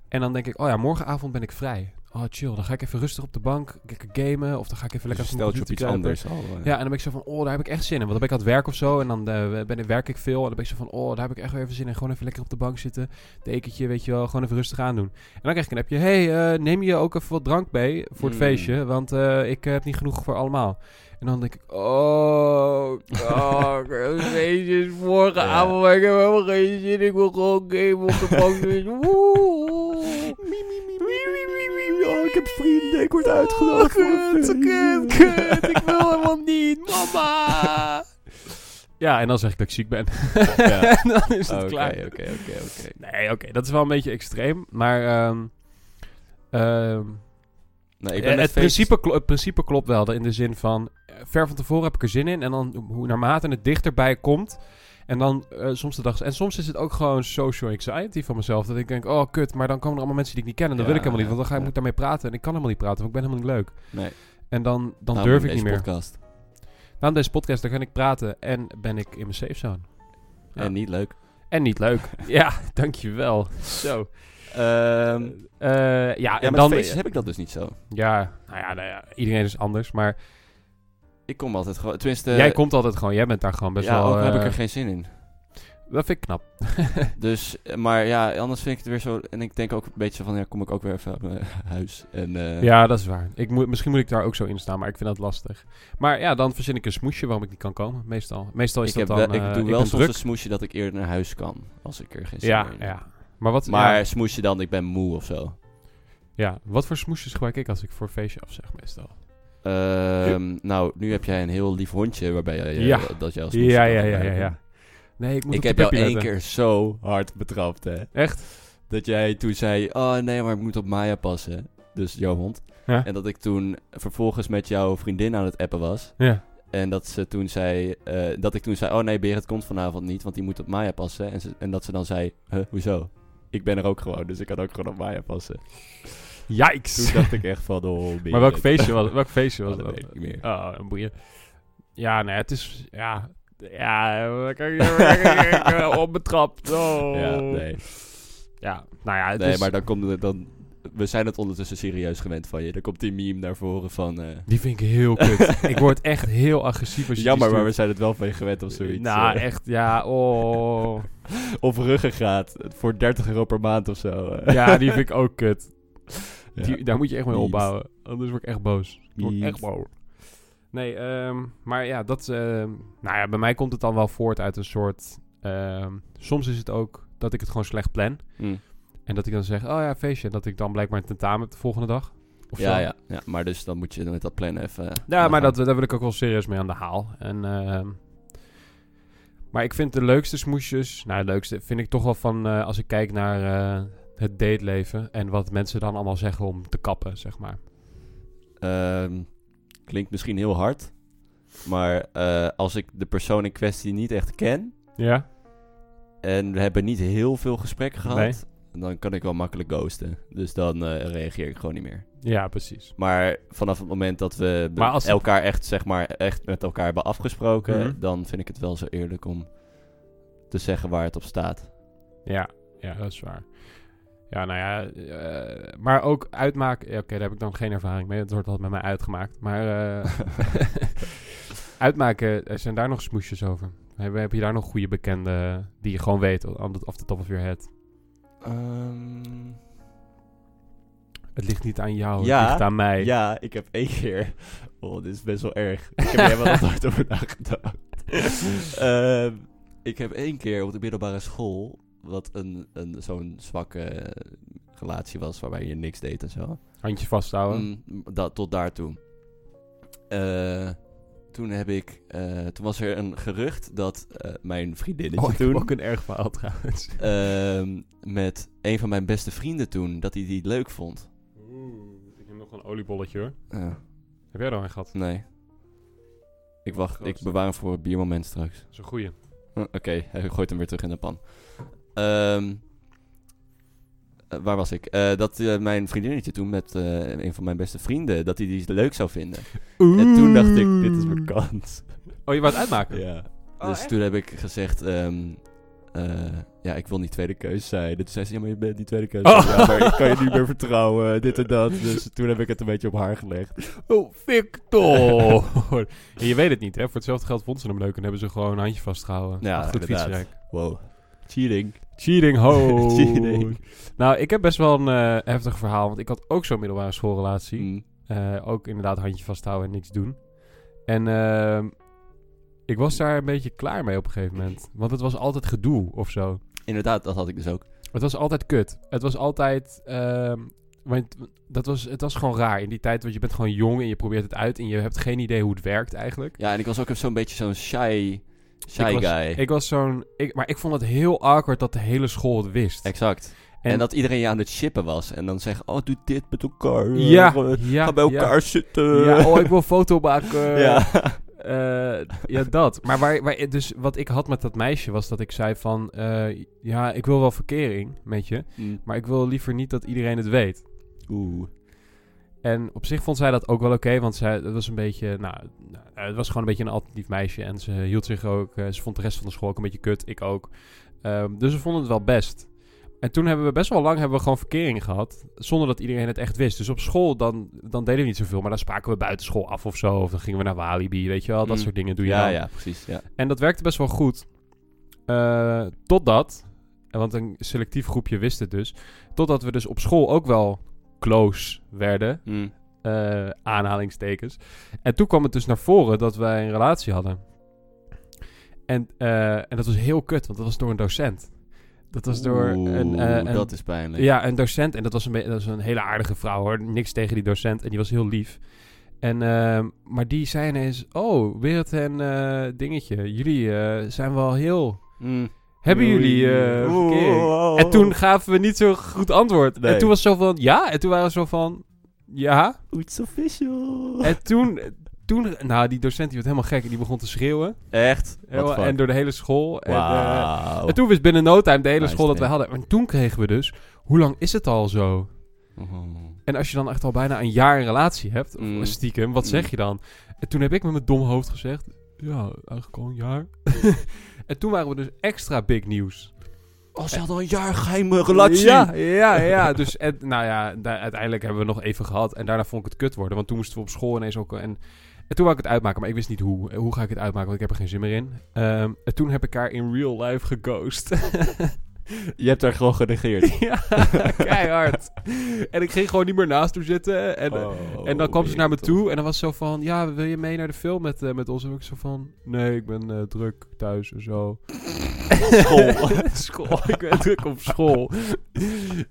Speaker 2: En dan denk ik, oh ja, morgenavond ben ik vrij. Oh, chill. Dan ga ik even rustig op de bank lekker gamen. Of dan ga ik even
Speaker 1: Dus
Speaker 2: lekker
Speaker 1: je stelt
Speaker 2: achter mijn
Speaker 1: je op iets
Speaker 2: computer kruipen.
Speaker 1: anders al. eh.
Speaker 2: Ja, en dan ben ik zo van, oh, daar heb ik echt zin in. Want dan ben ik aan het werk of zo. En dan eh, ben, ik- werk ik veel. En dan ben ik zo van, oh, daar heb ik echt weer even zin in. Gewoon even lekker op de bank zitten. Dekentje, weet je wel. Gewoon even rustig aandoen. En dan krijg ik een appje. hey, eh, neem je ook even wat drank mee voor het
Speaker 1: Mm.
Speaker 2: feestje? Want eh, ik eh, heb niet genoeg voor allemaal. En dan denk ik, oh, kak, het feestje is morgenavond. maar Ik heb helemaal geen zin. Ik wil gewoon gamen op de bank. zitten. Woe.
Speaker 1: Oh, ik heb vrienden, ik word
Speaker 2: Oh,
Speaker 1: uitgenodigd. voor een
Speaker 2: kut, kut,
Speaker 1: feestje.
Speaker 2: kut. Ik wil helemaal niet. Mama. Ja, en dan zeg ik dat ik ziek ben.
Speaker 1: Ja.
Speaker 2: en dan is het
Speaker 1: Oké,
Speaker 2: klaar.
Speaker 1: Oké, oké, oké.
Speaker 2: Nee, oké. dat is wel een beetje extreem. Maar ehm, ehm,
Speaker 1: Nou, ik
Speaker 2: eh,
Speaker 1: ben
Speaker 2: het,
Speaker 1: net feest-
Speaker 2: principe klo- het principe klopt wel. In de zin van, eh, ver van tevoren heb ik er zin in. En dan hoe naarmate het dichterbij komt... En dan eh, soms de dag... En soms is het ook gewoon social anxiety van mezelf. Dat ik denk, oh kut, maar dan komen er allemaal mensen die ik niet ken. En
Speaker 1: Ja,
Speaker 2: dat wil ik helemaal niet.
Speaker 1: ja,
Speaker 2: Want dan ga ik,
Speaker 1: ja.
Speaker 2: moet ik daarmee praten. En ik kan helemaal niet praten, want ik ben helemaal niet leuk.
Speaker 1: Nee.
Speaker 2: En dan, dan
Speaker 1: Nou,
Speaker 2: durf
Speaker 1: in
Speaker 2: ik niet
Speaker 1: deze
Speaker 2: meer.
Speaker 1: podcast.
Speaker 2: Na deze podcast dan kan ik praten en ben ik in mijn safe zone. Ja.
Speaker 1: En Eh, niet leuk.
Speaker 2: En niet leuk. ja, dankjewel. Zo.
Speaker 1: Ehm,
Speaker 2: Eh, ja,
Speaker 1: ja,
Speaker 2: en
Speaker 1: met
Speaker 2: dan...
Speaker 1: feestjes heb ik dat dus niet zo.
Speaker 2: Ja, nou ja, nou ja, iedereen is anders. Maar
Speaker 1: Ik kom altijd gewoon... Tenminste,
Speaker 2: jij komt altijd gewoon... Jij bent daar gewoon best
Speaker 1: ja,
Speaker 2: wel...
Speaker 1: ook heb ik
Speaker 2: eh,
Speaker 1: er geen zin in.
Speaker 2: Dat vind ik knap.
Speaker 1: Dus, eh, maar ja, anders vind ik het weer zo... En ik denk ook een beetje van, ja, kom ik ook weer even uit mijn huis. En, eh,
Speaker 2: Ja, dat is waar. Ik moet, misschien moet ik daar ook zo in staan, maar ik vind dat lastig. Maar ja, dan verzin ik een smoesje waarom ik niet kan komen, meestal. Meestal is
Speaker 1: ik,
Speaker 2: dat
Speaker 1: heb
Speaker 2: dan...
Speaker 1: wel-
Speaker 2: eh,
Speaker 1: ik doe
Speaker 2: ik
Speaker 1: wel
Speaker 2: ben
Speaker 1: soms
Speaker 2: druk.
Speaker 1: een smoesje dat ik eerder naar huis kan. Als ik er geen zin
Speaker 2: Ja,
Speaker 1: meer in heb.
Speaker 2: ja. Maar wat...
Speaker 1: Maar
Speaker 2: Ja,
Speaker 1: smoesje dan, ik ben moe of zo.
Speaker 2: ja, wat voor smoesjes gebruik ik als ik voor een feestje afzeg, meestal?
Speaker 1: Ehm, Nou, nu heb jij een heel lief hondje waarbij jij, eh,
Speaker 2: Ja.
Speaker 1: dat jij als smoesje
Speaker 2: Ja,
Speaker 1: kan
Speaker 2: ja, ja, ja,
Speaker 1: gebruiken.
Speaker 2: ja. Nee, ik moet
Speaker 1: Ik
Speaker 2: op de
Speaker 1: heb jou
Speaker 2: Peppy
Speaker 1: één
Speaker 2: letten.
Speaker 1: keer zo hard betrapt, hè.
Speaker 2: Echt?
Speaker 1: Dat jij toen zei, oh nee, maar ik moet op Maya passen. Dus jouw hond.
Speaker 2: Ja.
Speaker 1: En dat ik toen vervolgens met jouw vriendin aan het appen was.
Speaker 2: Ja.
Speaker 1: En dat ze toen zei, eh, dat ik toen zei, oh nee, Berend komt vanavond niet, want die moet op Maya passen. En, ze- en dat ze dan zei, huh, hoezo? Ik ben er ook gewoon, dus ik kan ook gewoon op Maya passen. Toen
Speaker 2: Jijks.
Speaker 1: dacht ik echt van, oh Berend.
Speaker 2: Maar welk feestje was, welk feestje
Speaker 1: Oh,
Speaker 2: was
Speaker 1: dat
Speaker 2: dat?
Speaker 1: weet ik niet meer.
Speaker 2: Oh, een boeien. Ja, nee, het is... Ja, ja wat kan ik nou weer- ik ben opbetrapt. Oh.
Speaker 1: Ja, nee.
Speaker 2: Ja, nou ja, het
Speaker 1: Nee,
Speaker 2: is-
Speaker 1: maar dan komt het dan... We zijn het ondertussen serieus gewend van je. Dan komt die meme naar voren van... eh,
Speaker 2: Die vind ik heel Oh, kut. ik word echt heel agressief als je
Speaker 1: Jammer,
Speaker 2: die
Speaker 1: maar we
Speaker 2: stuurt.
Speaker 1: zijn het wel van je gewend of zoiets.
Speaker 2: Nou,
Speaker 1: eh.
Speaker 2: echt, ja, oh.
Speaker 1: Of ruggengraat eh, voor 30 euro per maand of zo. eh.
Speaker 2: ja, die vind ik ook kut.
Speaker 1: Ja. Mm.
Speaker 2: Die, Daar moet je echt mee
Speaker 1: Niet.
Speaker 2: opbouwen. Anders word ik echt boos. Ik word
Speaker 1: Niet.
Speaker 2: echt boos. Nee, ehm, maar ja, dat... ehm, nou ja, bij mij komt het dan wel voort uit een soort... ehm, soms is het ook dat ik het gewoon slecht plan.
Speaker 1: Mm.
Speaker 2: En dat ik dan zeg, oh ja, feestje. En dat ik dan blijkbaar een tentamen heb de volgende dag. Of
Speaker 1: Ja,
Speaker 2: zo.
Speaker 1: ja, ja, maar dus dan moet je met dat plannen even... eh,
Speaker 2: Ja, maar dat, daar wil ik ook wel serieus mee aan de haal. En, ehm, maar ik vind de leukste smoesjes... Nou, de leukste vind ik toch wel van... eh, als ik kijk naar eh, het dateleven... en wat mensen dan allemaal zeggen om te kappen, zeg maar.
Speaker 1: Ehm, klinkt misschien heel hard, maar eh, als ik de persoon in kwestie niet echt ken...
Speaker 2: Ja?
Speaker 1: en we hebben niet heel veel gesprekken gehad...
Speaker 2: Nee.
Speaker 1: dan kan ik wel makkelijk ghosten. Dus dan eh, reageer ik gewoon niet meer.
Speaker 2: Ja, precies.
Speaker 1: Maar vanaf het moment dat we be-
Speaker 2: Maar als-
Speaker 1: elkaar echt, zeg maar, echt met elkaar hebben afgesproken...
Speaker 2: Mhm.
Speaker 1: dan vind ik het wel zo eerlijk om te zeggen waar het op staat.
Speaker 2: Ja, ja, dat is waar. Ja, nou ja, eh, maar ook uitmaken... ja, Oké, daar heb ik dan geen ervaring mee. Het wordt altijd met mij uitgemaakt. Maar eh, uitmaken, er zijn daar nog smoesjes over. Heb, heb je daar nog goede bekenden die je gewoon weet of de top of your head?
Speaker 1: Ehm,
Speaker 2: Het ligt niet aan jou,
Speaker 1: Ja,
Speaker 2: het ligt aan mij.
Speaker 1: Ja, ik heb één keer. Oh, dit is best wel erg. Ik heb er helemaal nog nooit over nagedacht. Ehm, ik heb één keer op de middelbare school. wat een, een, zo'n zwakke eh, relatie was. waarbij je niks deed en zo.
Speaker 2: Handje vasthouden.
Speaker 1: Mm, dat, tot daartoe. Eh, toen heb ik. eh, toen was er een gerucht dat eh, mijn vriendinnetje
Speaker 2: Oh, ik heb
Speaker 1: toen.
Speaker 2: ook een erg verhaal trouwens.
Speaker 1: ehm, met een van mijn beste vrienden toen. dat hij die leuk vond.
Speaker 2: ik heb nog een oliebolletje hoor.
Speaker 1: Ja.
Speaker 2: Heb jij er al een gehad?
Speaker 1: Nee. Ik wacht, ik
Speaker 2: Grootste.
Speaker 1: bewaar hem voor het biermoment straks.
Speaker 2: Dat is een goeie.
Speaker 1: Hm, Oké, hij gooit hem weer terug in de pan. Ehm, eh, eh, waar was ik? Eh, dat eh, mijn vriendinnetje toen met eh, een van mijn beste vrienden, dat hij die leuk zou vinden. En toen dacht ik, dit is mijn kans.
Speaker 2: Oh, je wou het uitmaken?
Speaker 1: Ja.
Speaker 2: Hmm. Oh,
Speaker 1: dus
Speaker 2: echt?
Speaker 1: toen heb ik gezegd, ehm, eh, ja, ik wil niet tweede keus zijn. Toen zei ze, ja, maar je bent niet tweede keus.
Speaker 2: Oh.
Speaker 1: Ja, maar ik kan je niet meer vertrouwen, dit en dat. Dus toen heb ik het een beetje op haar gelegd.
Speaker 2: Oh, Victor! Ja, je weet het niet, hè? Voor hetzelfde geld vond ze hem leuk en hebben ze gewoon een handje vastgehouden.
Speaker 1: Ja,
Speaker 2: Een goed
Speaker 1: inderdaad.
Speaker 2: fietsrijk.
Speaker 1: Wow. Cheating.
Speaker 2: Cheating, ho!
Speaker 1: Cheating.
Speaker 2: Nou, ik heb best wel een eh, heftig verhaal, want ik had ook zo'n middelbare schoolrelatie.
Speaker 1: Mm.
Speaker 2: Eh, ook inderdaad handje vasthouden en niks doen. En ehm, ik was daar een beetje klaar mee op een gegeven moment. Want het was altijd gedoe of zo.
Speaker 1: Inderdaad, dat had ik dus ook.
Speaker 2: Het was altijd kut. Het was altijd. ehm, want dat was, het was gewoon raar in die tijd, want je bent gewoon jong en je probeert het uit en je hebt geen idee hoe het werkt eigenlijk.
Speaker 1: Ja, en ik was ook zo'n beetje zo'n shy, shy
Speaker 2: Ik was-
Speaker 1: guy.
Speaker 2: Ik was zo'n. Ik, maar ik vond het heel awkward dat de hele school het wist.
Speaker 1: Exact. En,
Speaker 2: En-
Speaker 1: dat iedereen je aan het chippen was. En dan zeggen, oh, doe dit met elkaar. eh,
Speaker 2: ja,
Speaker 1: Ga
Speaker 2: ja,
Speaker 1: ga bij elkaar zitten.
Speaker 2: Ja. Ja, oh, ik wil foto maken.
Speaker 1: Ja.
Speaker 2: Eh, ja, dat. Maar waar, waar, dus wat ik had met dat meisje was dat ik zei van... eh, ja, ik wil wel verkering met je,
Speaker 1: Mm.
Speaker 2: maar ik wil liever niet dat iedereen het weet.
Speaker 1: Oeh.
Speaker 2: En op zich vond zij dat ook wel oké, want zij, het was een beetje... Nou, nou, het was gewoon een beetje een alternatief meisje. En ze hield zich ook... eh, ze vond de rest van de school ook een beetje kut, ik ook. Ehm, dus we vonden het wel best. En toen hebben we best wel lang hebben we gewoon verkering gehad, zonder dat iedereen het echt wist. Dus op school, dan, dan deden we niet zoveel, maar dan spraken we buitenschool af of zo. Of dan gingen we naar Walibi, weet je wel, dat
Speaker 1: Mm.
Speaker 2: soort dingen doe je
Speaker 1: Ja,
Speaker 2: dan.
Speaker 1: ja, precies. Ja.
Speaker 2: En dat werkte best wel goed. Eh, totdat, en want een selectief groepje wist het dus, totdat we dus op school ook wel close werden,
Speaker 1: Mm.
Speaker 2: eh, aanhalingstekens. En toen kwam het dus naar voren dat wij een relatie hadden. En, eh, en dat was heel kut, want dat was door een docent. Dat was door een, eh,
Speaker 1: Oeh,
Speaker 2: een-
Speaker 1: dat is pijnlijk.
Speaker 2: ja, een docent. En dat was een, be- dat was een hele aardige vrouw hoor. Niks tegen die docent. En die was heel lief. En, ehm, maar die zei ineens... Oh, Wereld en eh, Dingetje. Jullie eh, zijn wel heel...
Speaker 1: Mm.
Speaker 2: Hebben
Speaker 1: Oei.
Speaker 2: jullie eh, verkeering?
Speaker 1: Oeh.
Speaker 2: En toen gaven we niet zo'n goed antwoord.
Speaker 1: Nee.
Speaker 2: En toen was het zo van... Ja. En toen waren we zo van... Ja.
Speaker 1: It's official.
Speaker 2: En toen... toen nou, die docent die werd helemaal gek. En die begon te schreeuwen.
Speaker 1: Echt?
Speaker 2: Helemaal- en door de hele school. En, eh,
Speaker 1: Wauw.
Speaker 2: en toen wist binnen no time de hele
Speaker 1: Nice
Speaker 2: school dat wij
Speaker 1: thing.
Speaker 2: hadden. En toen kregen we dus... Hoe lang is het al zo?
Speaker 1: Oh.
Speaker 2: En als je dan echt al bijna een jaar een relatie hebt, of
Speaker 1: Mm.
Speaker 2: stiekem, wat
Speaker 1: Mm.
Speaker 2: zeg je dan? En toen heb ik met mijn dom hoofd gezegd, ja, eigenlijk al een jaar. en toen waren we dus extra big nieuws.
Speaker 1: Oh, ze hadden al een jaar geheime relatie.
Speaker 2: Ja, ja, ja. dus en, nou ja, da- uiteindelijk hebben we nog even gehad. En daarna vond ik het kut worden, want toen moesten we op school ineens ook... En, en toen wou ik het uitmaken, maar ik wist niet hoe. Eh, Hoe ga ik het uitmaken, want ik heb er geen zin meer in. Ehm, en toen heb ik haar in real life geghost.
Speaker 1: Je hebt haar gewoon genegeerd.
Speaker 2: ja, keihard. en ik ging gewoon niet meer naast haar zitten. En, eh,
Speaker 1: Oh,
Speaker 2: En dan kwam ze naar me
Speaker 1: wereld.
Speaker 2: toe en dan was ze zo van... Ja, wil je mee naar de film met, eh, met ons? En ik zo van... Nee, ik ben eh, druk thuis en zo.
Speaker 1: School.
Speaker 2: school. Ik ben druk op school.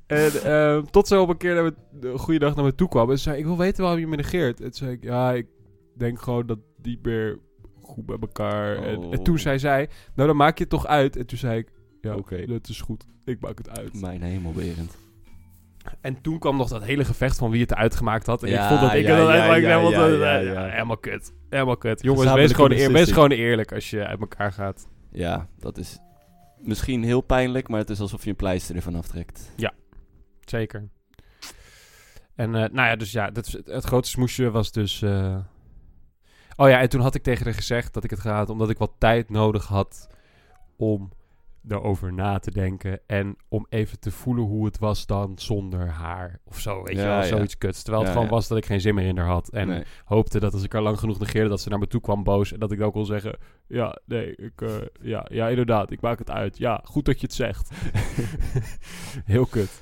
Speaker 2: en ehm, tot ze op een keer naar me, een goede dag naar me toe kwam. En ze zei... Ik wil weten waarom je me negeert. En toen zei ik... Ja, ik denk gewoon dat die meer goed bij elkaar... En, en toen
Speaker 1: Oh.
Speaker 2: zei zij... Nou, dan maak je het toch uit. En toen zei ik... Ja,
Speaker 1: Oké.
Speaker 2: dat is goed. Ik maak het uit.
Speaker 1: Mijn hemel, Berend.
Speaker 2: En toen kwam nog dat hele gevecht van wie het uitgemaakt had. En
Speaker 1: Ja,
Speaker 2: ik vond dat ik
Speaker 1: ja,
Speaker 2: het
Speaker 1: ja,
Speaker 2: uitgemaakt
Speaker 1: ja,
Speaker 2: heb, want
Speaker 1: ja,
Speaker 2: dat-
Speaker 1: ja,
Speaker 2: eh,
Speaker 1: ja.
Speaker 2: Helemaal kut. Helemaal kut. Jongens, wees
Speaker 1: Gezamenlijke
Speaker 2: gewoon, eer, wees
Speaker 1: beslissing.
Speaker 2: gewoon eerlijk als je uit elkaar gaat.
Speaker 1: Ja, dat is misschien heel pijnlijk, maar het is alsof je een pleister ervan aftrekt.
Speaker 2: Zeker. En eh, nou ja, dus ja, dat, is het, het grote smoesje was dus... eh, Oh ja, en toen had ik tegen haar gezegd dat ik het gaat omdat ik wat tijd nodig had om daarover na te denken. En om even te voelen hoe het was dan zonder haar of zo, weet je
Speaker 1: Ja,
Speaker 2: wel,
Speaker 1: ja.
Speaker 2: zoiets kuts. Terwijl
Speaker 1: Ja,
Speaker 2: het gewoon
Speaker 1: ja.
Speaker 2: was dat ik geen zin meer in haar had. En
Speaker 1: Nee.
Speaker 2: hoopte dat als ik haar lang genoeg negeerde, dat ze naar me toe kwam boos. En dat ik dan ook kon zeggen: Ja, nee, ik, eh, ja, ja, inderdaad, ik maak het uit. Ja, goed dat je het zegt. Heel kut.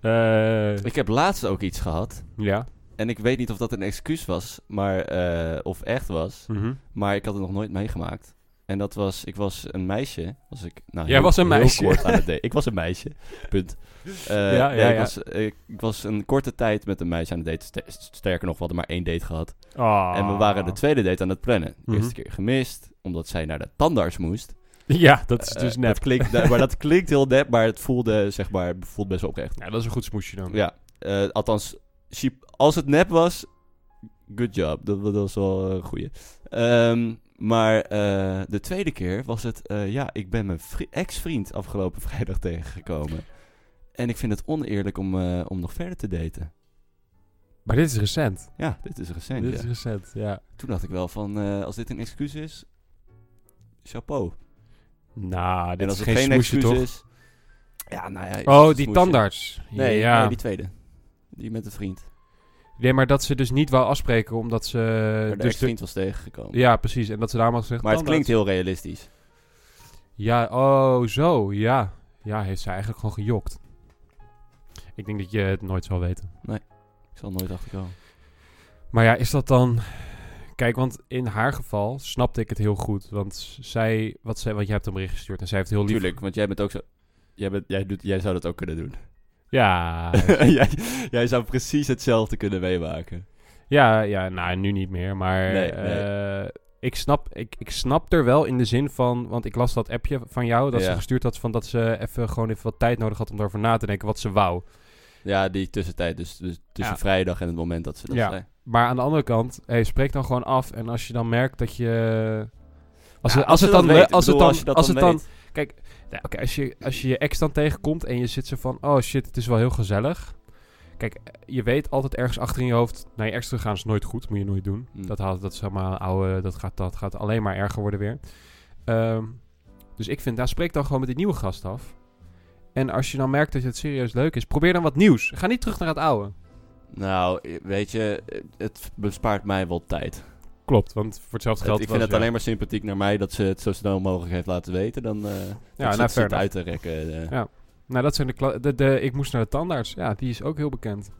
Speaker 2: Eh,
Speaker 1: Ik heb laatst ook iets gehad.
Speaker 2: ja.
Speaker 1: En ik weet niet of dat een excuus was, maar, eh, of echt was.
Speaker 2: Mhm.
Speaker 1: Maar ik had het nog nooit meegemaakt. En dat was, ik was een meisje. Was ik, nou,
Speaker 2: Jij was een meisje.
Speaker 1: Heel kort aan het de- ik was een meisje. Punt. Eh,
Speaker 2: Ja,
Speaker 1: nee,
Speaker 2: ja,
Speaker 1: ik,
Speaker 2: ja.
Speaker 1: Was, ik, ik was een korte tijd met een meisje aan het daten. Ster- Sterker nog, we hadden maar één date gehad.
Speaker 2: Ah.
Speaker 1: En we waren de tweede date aan het plannen. De
Speaker 2: Mhm.
Speaker 1: eerste keer gemist, omdat zij naar de tandarts moest.
Speaker 2: Ja, dat is
Speaker 1: Eh,
Speaker 2: dus
Speaker 1: Dat
Speaker 2: nep.
Speaker 1: klinkt, nou, maar dat klinkt heel nep, maar het voelde, zeg maar, voelt best wel oprecht.
Speaker 2: Ja, dat is een goed smoesje dan.
Speaker 1: Ja, eh, althans, she- als het nep was, good job. Dat, dat was wel een goeie. Ehm, maar eh, de tweede keer was het, eh, ja, ik ben mijn vri- ex-vriend afgelopen vrijdag tegengekomen. En ik vind het oneerlijk om, eh, om nog verder te daten.
Speaker 2: Maar dit is recent.
Speaker 1: Ja, dit is recent.
Speaker 2: Dit
Speaker 1: ja.
Speaker 2: is recent, ja.
Speaker 1: Toen dacht ik wel van, eh, als dit een excuus is, chapeau.
Speaker 2: Nou,
Speaker 1: en
Speaker 2: dit
Speaker 1: als
Speaker 2: is
Speaker 1: het
Speaker 2: geen smoesje,
Speaker 1: excuus
Speaker 2: toch?
Speaker 1: is... Ja, nou ja.
Speaker 2: Oh, die
Speaker 1: smoesje.
Speaker 2: tandarts.
Speaker 1: Nee,
Speaker 2: ja. Eh,
Speaker 1: nee, die tweede. Die met een vriend.
Speaker 2: Nee, maar dat ze dus niet wou afspreken omdat ze...
Speaker 1: Waar de
Speaker 2: dus de-
Speaker 1: vriend was tegengekomen.
Speaker 2: ja, precies. En dat ze daarom had gezegd...
Speaker 1: maar het
Speaker 2: tandarts.
Speaker 1: klinkt heel realistisch.
Speaker 2: Ja, oh, zo, ja. Ja, heeft ze eigenlijk gewoon gejokt. Ik denk dat je het nooit zal weten.
Speaker 1: Ik zal nooit achterkomen.
Speaker 2: Maar ja, is dat dan... Kijk, want in haar geval snapte ik het heel goed. Want z- zij, wat zij, want jij hebt een bericht gestuurd en zij heeft heel lief...
Speaker 1: Tuurlijk, want jij bent ook zo... Jij, bent, jij, doet, jij zou dat ook kunnen doen.
Speaker 2: Ja,
Speaker 1: jij, jij zou precies hetzelfde kunnen meemaken.
Speaker 2: ja, ja, nou, nu niet meer. Maar
Speaker 1: Nee, nee.
Speaker 2: eh, ik, snap, ik, ik snap er wel in de zin van... Want ik las dat appje van jou dat ze
Speaker 1: Ja.
Speaker 2: gestuurd had... Van dat ze even gewoon even wat tijd nodig had om daarover na te denken wat ze wou.
Speaker 1: Ja, die tussentijd. Dus, dus tussen
Speaker 2: Ja.
Speaker 1: vrijdag en het moment dat ze dat
Speaker 2: Ja.
Speaker 1: zei.
Speaker 2: Maar aan de andere kant, hey, spreek dan gewoon af. En als je dan merkt dat je. Als,
Speaker 1: Ja,
Speaker 2: het, als,
Speaker 1: ze
Speaker 2: het
Speaker 1: dat
Speaker 2: dan,
Speaker 1: weet. Ik
Speaker 2: als het
Speaker 1: bedoel,
Speaker 2: dan,
Speaker 1: je dat
Speaker 2: als het dan,
Speaker 1: weet.
Speaker 2: Ja, oké, als je als je je ex dan tegenkomt en je zit zo van, oh shit, het is wel heel gezellig. Kijk, je weet altijd ergens achter in je hoofd, naar je ex terug gaan is nooit goed, moet je nooit doen.
Speaker 1: Mm.
Speaker 2: Dat haalt, dat is helemaal oude, dat gaat, dat gaat alleen maar erger worden weer. Ehm, dus ik vind, daar spreek dan gewoon met die nieuwe gast af. En als je dan merkt dat het serieus leuk is, probeer dan wat nieuws. Ga niet terug naar het oude.
Speaker 1: Nou, weet je, het bespaart mij wel tijd.
Speaker 2: Klopt, want voor hetzelfde geld
Speaker 1: ik
Speaker 2: was-
Speaker 1: vind het
Speaker 2: ja.
Speaker 1: alleen maar sympathiek naar mij dat ze het zo snel mogelijk heeft laten weten. Dan eh
Speaker 2: nou,
Speaker 1: ja, nou,
Speaker 2: fair
Speaker 1: ze het
Speaker 2: enough.
Speaker 1: uit te rekken. eh.
Speaker 2: Ja. Nou, dat zijn de, kla- de, de... Ik moest naar de tandarts. Ja, die is ook heel bekend.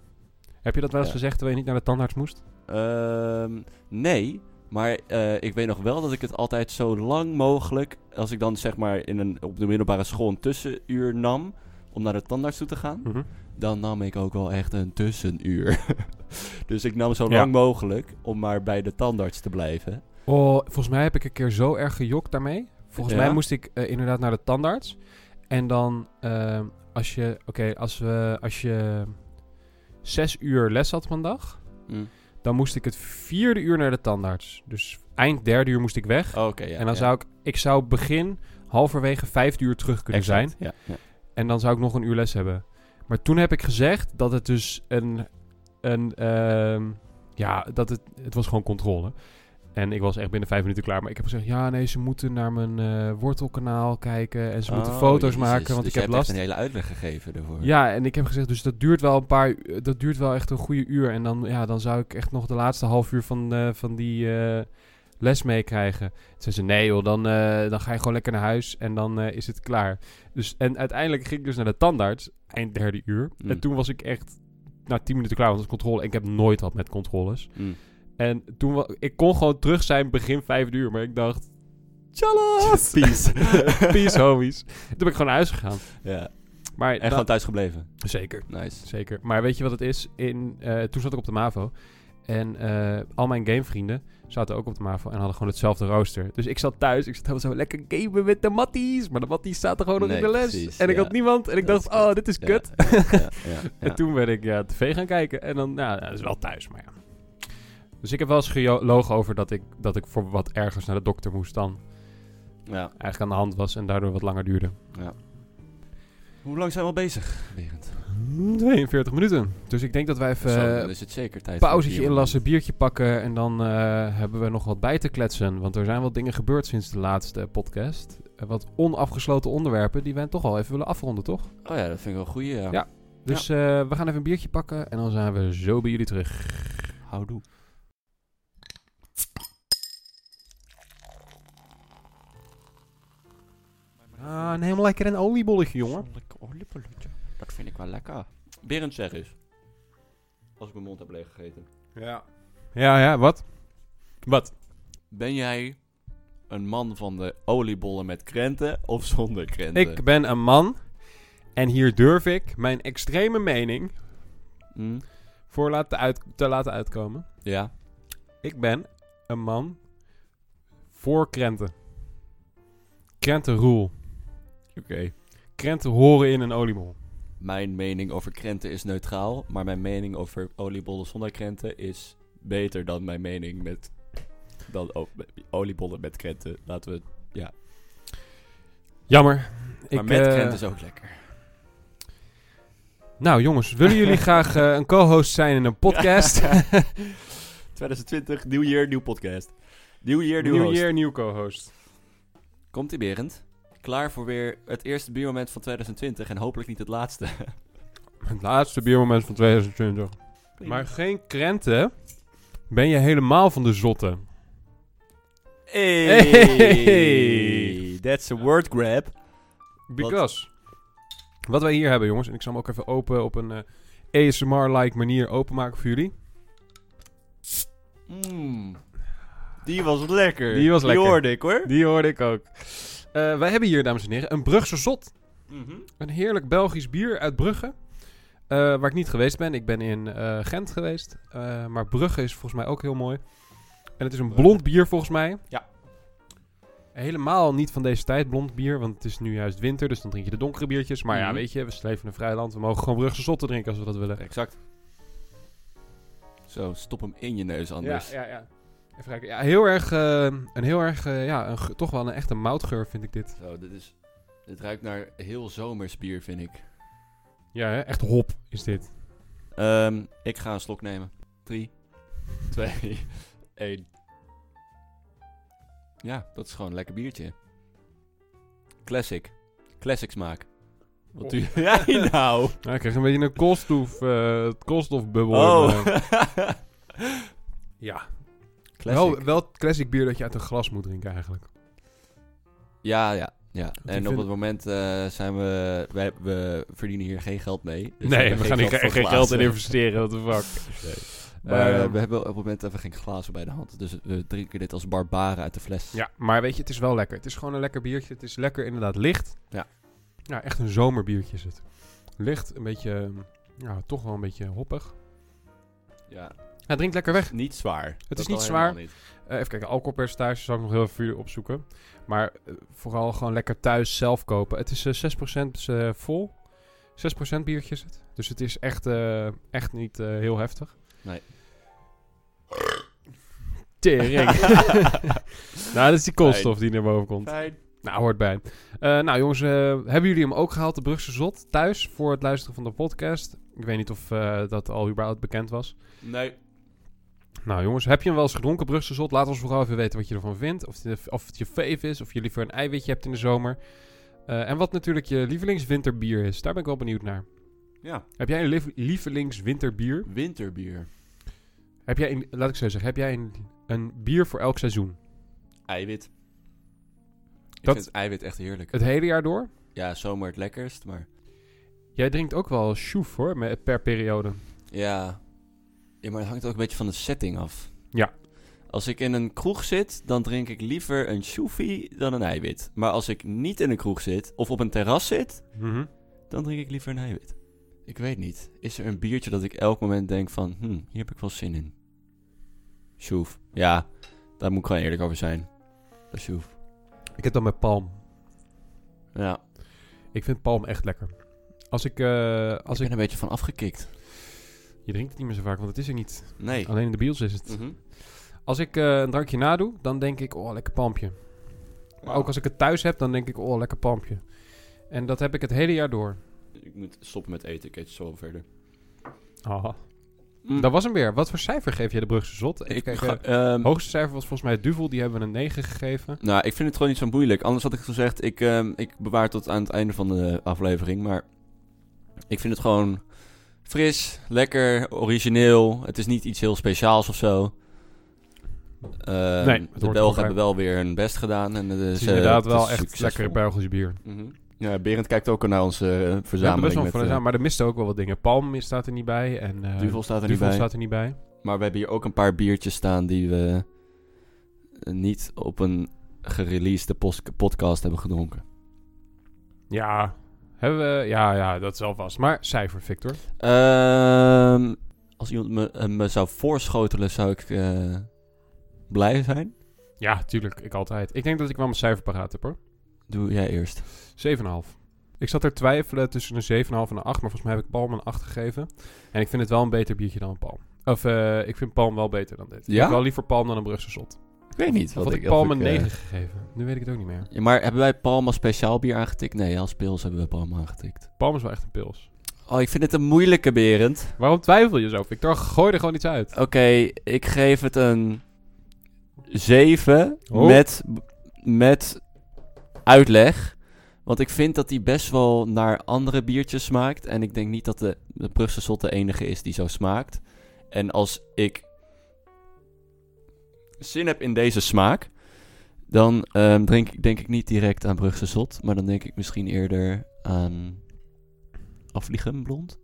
Speaker 2: Heb je dat wel eens
Speaker 1: Ja.
Speaker 2: gezegd terwijl je niet naar de tandarts moest?
Speaker 1: Ehm, nee, maar eh, ik weet nog wel dat ik het altijd zo lang mogelijk... als ik dan zeg maar in een, op de middelbare school een tussenuur nam... om naar de tandarts toe te
Speaker 2: Hm.
Speaker 1: gaan... dan nam ik ook wel echt een tussenuur. dus ik nam zo
Speaker 2: Ja.
Speaker 1: lang mogelijk om maar bij de tandarts te blijven.
Speaker 2: Oh, volgens mij heb ik een keer zo erg gejokt daarmee. Volgens
Speaker 1: Ja?
Speaker 2: mij moest ik eh, inderdaad naar de tandarts. En dan, ehm, als je... Oké, als, we- als je zes uur les had van dag...
Speaker 1: Mm.
Speaker 2: dan moest ik het vierde uur naar de tandarts. Dus eind derde uur moest ik weg.
Speaker 1: Oké, ja.
Speaker 2: en dan
Speaker 1: ja.
Speaker 2: zou ik... Ik zou begin halverwege vijf uur terug kunnen
Speaker 1: Exact,
Speaker 2: zijn.
Speaker 1: Ja, ja.
Speaker 2: En dan zou ik nog een uur les hebben. Maar toen heb ik gezegd dat het dus een. een ehm, ja, dat het. Het was gewoon controle. En ik was echt binnen vijf minuten klaar. Maar ik heb gezegd: ja, nee, ze moeten naar mijn eh, wortelkanaal kijken. En ze moeten
Speaker 1: Oh,
Speaker 2: foto's
Speaker 1: jezus,
Speaker 2: maken, want
Speaker 1: dus
Speaker 2: ik
Speaker 1: je
Speaker 2: heb
Speaker 1: hebt echt
Speaker 2: last.
Speaker 1: een hele uitleg gegeven daarvoor.
Speaker 2: Ja, en ik heb gezegd: dus dat duurt wel een paar. u- eh, Dat duurt wel echt een goede uur. En dan, ja, dan zou ik echt nog de laatste half uur van, eh, van die. eh, les meekrijgen. Toen zei ze, nee joh, dan, eh, dan ga je gewoon lekker naar huis en dan eh, is het klaar. Dus, en uiteindelijk ging ik dus naar de tandarts, eind derde uur.
Speaker 1: Mm.
Speaker 2: En toen was ik echt, na tien minuten klaar, want het was controle. En ik heb nooit wat met controles.
Speaker 1: Mm.
Speaker 2: En toen, wa- ik kon gewoon terug zijn begin vijf uur, maar ik dacht, tjallas!
Speaker 1: Peace.
Speaker 2: Peace Nou. homies. Toen ben ik gewoon naar huis gegaan.
Speaker 1: ja.
Speaker 2: Maar
Speaker 1: En gewoon thuis gebleven.
Speaker 2: Zeker.
Speaker 1: Nice.
Speaker 2: Zeker. Maar weet je wat het is? In, eh, toen zat ik op de MAVO. En eh, al mijn gamevrienden zaten ook op de MAVO en hadden gewoon hetzelfde rooster. Dus ik zat thuis, ik zat helemaal zo lekker gamen met de matties. Maar de matties zaten gewoon nog
Speaker 1: Nee,
Speaker 2: in de les.
Speaker 1: precies,
Speaker 2: en ik
Speaker 1: ja.
Speaker 2: had niemand. En ik
Speaker 1: Dat
Speaker 2: dacht,
Speaker 1: is kut.
Speaker 2: oh, dit is
Speaker 1: Ja,
Speaker 2: kut.
Speaker 1: ja, ja, ja, ja.
Speaker 2: En toen ben ik ja, tv gaan kijken. En dan, nou, dat is wel thuis, maar ja. Dus ik heb wel eens gelogen over dat ik, dat ik voor wat ergens naar de dokter moest dan.
Speaker 1: Ja.
Speaker 2: Eigenlijk aan de hand was en daardoor wat langer duurde.
Speaker 1: Hoe lang zijn we al bezig, Berend?
Speaker 2: 42 minuten. Dus ik denk dat wij even
Speaker 1: Hmm. Zo,
Speaker 2: eh,
Speaker 1: dan is het zeker tijd. voor
Speaker 2: pauzetje
Speaker 1: bier.
Speaker 2: inlassen, biertje pakken en dan eh, hebben we nog wat bij te kletsen. Want er zijn wat dingen gebeurd sinds de laatste podcast. Eh, wat onafgesloten onderwerpen die wij toch al even willen afronden, toch?
Speaker 1: Oh ja, dat vind ik wel een goeie. Ja.
Speaker 2: Ja. Dus eh, we gaan even een biertje pakken en dan zijn we zo bij jullie terug.
Speaker 1: Houdoe.
Speaker 2: Ah, neem lekker een oliebolletje, jongen.
Speaker 1: Lekker oliebolletje. Dat vind ik wel lekker. Berend, zeg eens. Als ik mijn mond heb leeggegeten.
Speaker 2: Ja. Ja, ja, wat? Wat?
Speaker 1: Ben jij een man van de oliebollen met krenten of zonder krenten?
Speaker 2: Ik ben een man en hier durf ik mijn extreme mening
Speaker 1: Hm?
Speaker 2: voor laten uit te laten uitkomen.
Speaker 1: Ja.
Speaker 2: Ik ben een man voor krenten. Krentenroel.
Speaker 1: Oké.
Speaker 2: Krenten horen in een oliebol.
Speaker 1: Mijn mening over krenten is neutraal, maar mijn mening over oliebollen zonder krenten is beter dan mijn mening met dan o- oliebollen met krenten. Laten we.
Speaker 2: Jammer.
Speaker 1: Maar
Speaker 2: Ik,
Speaker 1: met
Speaker 2: eh,
Speaker 1: krenten is ook lekker.
Speaker 2: Nou jongens, willen jullie graag eh, een co-host zijn in een podcast?
Speaker 1: 2020, nieuw jaar, nieuw podcast. Nieuw jaar, nieuw
Speaker 2: Nieuw
Speaker 1: host.
Speaker 2: jaar, nieuw co-host.
Speaker 1: Komt-ie, Berend. Klaar voor weer het eerste biermoment van 2020 en hopelijk niet het laatste.
Speaker 2: Het laatste biermoment van 2020. Maar geen krenten. Ben je helemaal van de zotte?
Speaker 1: Hey.
Speaker 2: Hey.
Speaker 1: That's a word grab.
Speaker 2: Because. Wat? wij hier hebben, jongens, en ik zal hem ook even open op een eh, ASMR-like manier openmaken voor jullie.
Speaker 1: Mm. Die was lekker.
Speaker 2: Die was lekker.
Speaker 1: Die hoorde ik hoor.
Speaker 2: Die hoorde ik ook. Eh, wij hebben hier, dames en heren, een Brugse zot.
Speaker 1: Mhm.
Speaker 2: Een heerlijk Belgisch bier uit Brugge. eh, waar ik niet geweest ben. Ik ben in eh, Gent geweest. Eh, maar Brugge is volgens mij ook heel mooi. En het is een blond bier volgens mij.
Speaker 1: Ja.
Speaker 2: Helemaal niet van deze tijd, blond bier. Want het is nu juist winter, dus dan drink je de donkere biertjes. Maar ja,
Speaker 1: Mhm.
Speaker 2: weet je, we sleven in een vrij land. We mogen gewoon Brugse zotten drinken als we dat willen.
Speaker 1: Exact. Zo, stop hem in je neus anders.
Speaker 2: Ja, ja, ja. Even kijken. Ja, heel erg, eh, een heel erg, eh, ja, een, ge- toch wel een echte moutgeur vind ik dit.
Speaker 1: Zo, dit is... Dit ruikt naar heel zomers bier, vind ik.
Speaker 2: Ja, hè? echt hop is dit.
Speaker 1: Ehm, ik ga een slok nemen. 3, 2, 1. Ja, dat is gewoon een lekker biertje. Classic. Classic smaak. Wat doe
Speaker 2: Oh.
Speaker 1: jij nou?
Speaker 2: Ja, ik krijg een beetje een koolstof, eh, koolstofbubbel.
Speaker 1: Oh.
Speaker 2: in, eh. ja,
Speaker 1: Classic.
Speaker 2: wel, wel het classic bier dat je uit een glas moet drinken eigenlijk.
Speaker 1: Ja, ja. ja.
Speaker 2: ik
Speaker 1: En op
Speaker 2: vind-
Speaker 1: het moment eh, zijn we, wij, we verdienen hier geen geld mee. Dus
Speaker 2: nee,
Speaker 1: hebben
Speaker 2: we gaan hier
Speaker 1: voor
Speaker 2: geen, geen geld
Speaker 1: glazen.
Speaker 2: in investeren, what the fuck.
Speaker 1: Maar eh,
Speaker 2: Ehm.
Speaker 1: we hebben op het moment even geen glazen bij de hand. Dus we drinken dit als barbaren uit de fles.
Speaker 2: Ja, maar weet je, het is wel lekker. Het is gewoon een lekker biertje. Het is lekker inderdaad licht.
Speaker 1: Ja.
Speaker 2: Ja, echt een zomerbiertje is het. Licht, een beetje, eh, ja, toch wel een beetje hoppig.
Speaker 1: Ja,
Speaker 2: Hij drinkt lekker weg.
Speaker 1: Niet zwaar.
Speaker 2: is
Speaker 1: Dat
Speaker 2: niet
Speaker 1: al
Speaker 2: zwaar.
Speaker 1: helemaal niet.
Speaker 2: Eh, even kijken, alcoholpercentage zal ik nog heel even voor jullie opzoeken. Maar eh, vooral gewoon lekker thuis zelf kopen. Het is eh, 6% eh, vol. 6% biertje is het. Dus het is echt, eh, echt niet eh, heel heftig.
Speaker 1: Nee.
Speaker 2: Tering. nou, dat is die koolstof die naar boven komt.
Speaker 1: Fijn.
Speaker 2: Nou, hoort bij. Eh, nou jongens, eh, hebben jullie hem ook gehaald, de Brugse Zot, thuis voor het luisteren van de podcast? Ik weet niet of eh, dat al überhaupt bekend was.
Speaker 1: Nee.
Speaker 2: Nou jongens, heb je hem wel eens gedronken, Brugse zot? Laat ons vooral even weten wat je ervan vindt. Of, het- of het je fave is, of je liever een eiwitje hebt in de zomer. Eh, en wat natuurlijk je lievelingswinterbier is. Daar ben ik wel benieuwd naar.
Speaker 1: Ja.
Speaker 2: Heb jij een lief- lievelingswinterbier?
Speaker 1: Winterbier.
Speaker 2: Heb jij een, laat ik zo zeggen, heb jij een, een bier voor elk seizoen?
Speaker 1: Eiwit. Ik
Speaker 2: Dat-
Speaker 1: vind eiwit echt heerlijk.
Speaker 2: Het hele jaar door?
Speaker 1: Ja, zomer het lekkerst, maar...
Speaker 2: Jij drinkt ook wel schoef hoor, me- per periode.
Speaker 1: Ja. ja, maar het hangt ook een beetje van de setting af.
Speaker 2: Ja.
Speaker 1: Als ik in een kroeg zit, dan drink ik liever een shoefie dan een eiwit. Maar als ik niet in een kroeg zit, of op een terras zit,
Speaker 2: Mhm.
Speaker 1: dan drink ik liever een eiwit. Ik weet niet. Is er een biertje dat ik elk moment denk van... Hm, hier heb ik wel zin in. Shoef. Ja, daar moet ik gewoon eerlijk over zijn. Dat is shoef.
Speaker 2: Ik heb dat met palm.
Speaker 1: Ja,
Speaker 2: Ik vind palm echt lekker. Als ik, eh, als
Speaker 1: ik
Speaker 2: ik...
Speaker 1: ben een beetje van afgekikt.
Speaker 2: Je drinkt het niet meer zo vaak, want het is er niet.
Speaker 1: Nee. Mhm.
Speaker 2: Alleen in de biels is het. Als ik eh, een drankje nadoe, dan denk ik, oh, lekker pampje. Maar ook als ik het thuis heb, dan denk ik, oh, lekker pampje. En dat heb ik het hele jaar door.
Speaker 1: Ik moet stoppen met eten, ik eet zo verder.
Speaker 2: Dat was hem weer. Wat voor cijfer geef jij de Brugse Zot? Mm.
Speaker 1: Mm.
Speaker 2: Even
Speaker 1: ik
Speaker 2: kijken.
Speaker 1: ga, ehm,
Speaker 2: Het hoogste cijfer was volgens mij Duvel. Die hebben we een 9 gegeven.
Speaker 1: nou, ik vind het gewoon niet zo moeilijk. Anders had ik gezegd, ik, ehm, ik bewaar tot aan het einde van de aflevering. Maar ik vind het gewoon fris, lekker, origineel. Het is niet iets heel speciaals of zo. Ehm,
Speaker 2: Nee, het hoort
Speaker 1: de
Speaker 2: er
Speaker 1: Belgen
Speaker 2: bij.
Speaker 1: hebben wel weer hun best gedaan. En eh,
Speaker 2: Het is Dus inderdaad wel echt
Speaker 1: lekker
Speaker 2: lekker Belgisch bier.
Speaker 1: Ja, Berend kijkt ook naar onze eh,
Speaker 2: Ja, best
Speaker 1: verzameling.
Speaker 2: wel
Speaker 1: met,
Speaker 2: van,
Speaker 1: eh,
Speaker 2: maar er misten ook wel wat dingen. Palm is- staat er niet bij. En eh,
Speaker 1: Duvel staat er niet
Speaker 2: Duvel
Speaker 1: bij.
Speaker 2: staat er niet bij.
Speaker 1: Maar we hebben hier ook een paar biertjes staan die we eh, niet op een gereleasede pos- podcast hebben gedronken.
Speaker 2: Ja, hebben we, ja, ja, dat is alvast. Maar cijfer, Victor.
Speaker 1: Ehm, als iemand me, eh, me zou voorschotelen, zou ik eh, blij zijn.
Speaker 2: Ja, tuurlijk. Ik altijd. Ik denk dat ik wel mijn cijfer paraat heb, hoor.
Speaker 1: Doe jij eerst.
Speaker 2: 7,5. Ik zat er twijfelen tussen een 7,5 en een 8, maar volgens mij heb ik Palm een 8 gegeven. En ik vind het wel een beter biertje dan een Palm. Of eh, ik vind Palm wel beter dan dit. Ik
Speaker 1: Ja?
Speaker 2: heb wel liever Palm dan een Brugse Zot.
Speaker 1: Ik eh, weet niet.
Speaker 2: Of had ik Palm een 9 gegeven? Nu weet ik het ook niet meer.
Speaker 1: Ja, maar hebben wij Palm als speciaal bier aangetikt? Nee, als pils hebben we Palm aangetikt.
Speaker 2: Palm is wel echt een pils.
Speaker 1: Oh, ik vind het een moeilijke, Berend.
Speaker 2: Waarom twijfel je zo, Victor? Gooi er gewoon iets uit.
Speaker 1: Oké, ik geef het een 7
Speaker 2: Oh.
Speaker 1: met, met uitleg. Want ik vind dat die best wel naar andere biertjes smaakt. En ik denk niet dat de, de Brugse Zot de enige is die zo smaakt. En als ik zin heb in deze smaak, dan ehm, drink, ik- denk ik niet direct aan Brugse Zot. Maar dan denk ik misschien eerder aan Afliegem Blond.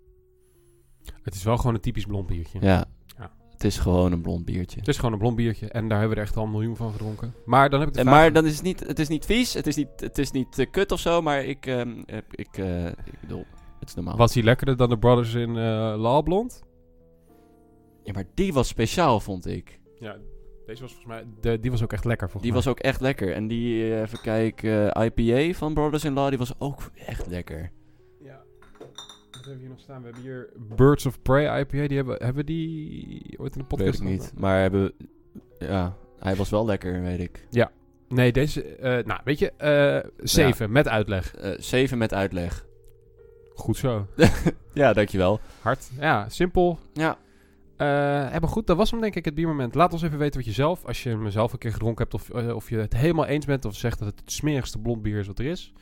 Speaker 2: Het is wel gewoon een typisch blond biertje.
Speaker 1: Ja.
Speaker 2: Ja.
Speaker 1: het is gewoon een blond biertje.
Speaker 2: Het is gewoon een blond biertje en daar hebben we er echt al een miljoen van gedronken. Maar dan heb ik de
Speaker 1: Eh,
Speaker 2: vraag...
Speaker 1: maar dan is het niet, het is niet vies, het is niet, het is niet eh, kut of zo, maar ik, ehm, heb- ik, eh, ik bedoel, het is normaal.
Speaker 2: Was die lekkerder dan de Brothers in eh Laal Blond?
Speaker 1: Ja, maar die was speciaal, vond ik.
Speaker 2: Ja, deze was volgens mij... De, die was ook echt lekker volgens
Speaker 1: Die was ook echt lekker. En die, eh, even kijken, eh, IPA van Brothers in Law, die was ook echt lekker.
Speaker 2: mij. Ja. Wat hebben we hier nog staan? We hebben hier Birds of Prey IPA. Die hebben, hebben we die ooit in de podcast
Speaker 1: Weet ik niet, maar hebben, we- ja, hij was wel lekker, weet ik.
Speaker 2: Nee, deze... eh, nou, weet je, eh 7 met uitleg.
Speaker 1: Eh, Zeven met uitleg.
Speaker 2: Goed zo.
Speaker 1: Ja, dankjewel.
Speaker 2: Hard. Ja, simpel.
Speaker 1: Ja,
Speaker 2: Eh, ja, maar goed, dat was hem denk ik het biermoment. Laat ons even weten wat je zelf, als je hem zelf een keer gedronken hebt... of, eh, of je het helemaal eens bent of zegt dat het het smerigste blond bier is wat er is.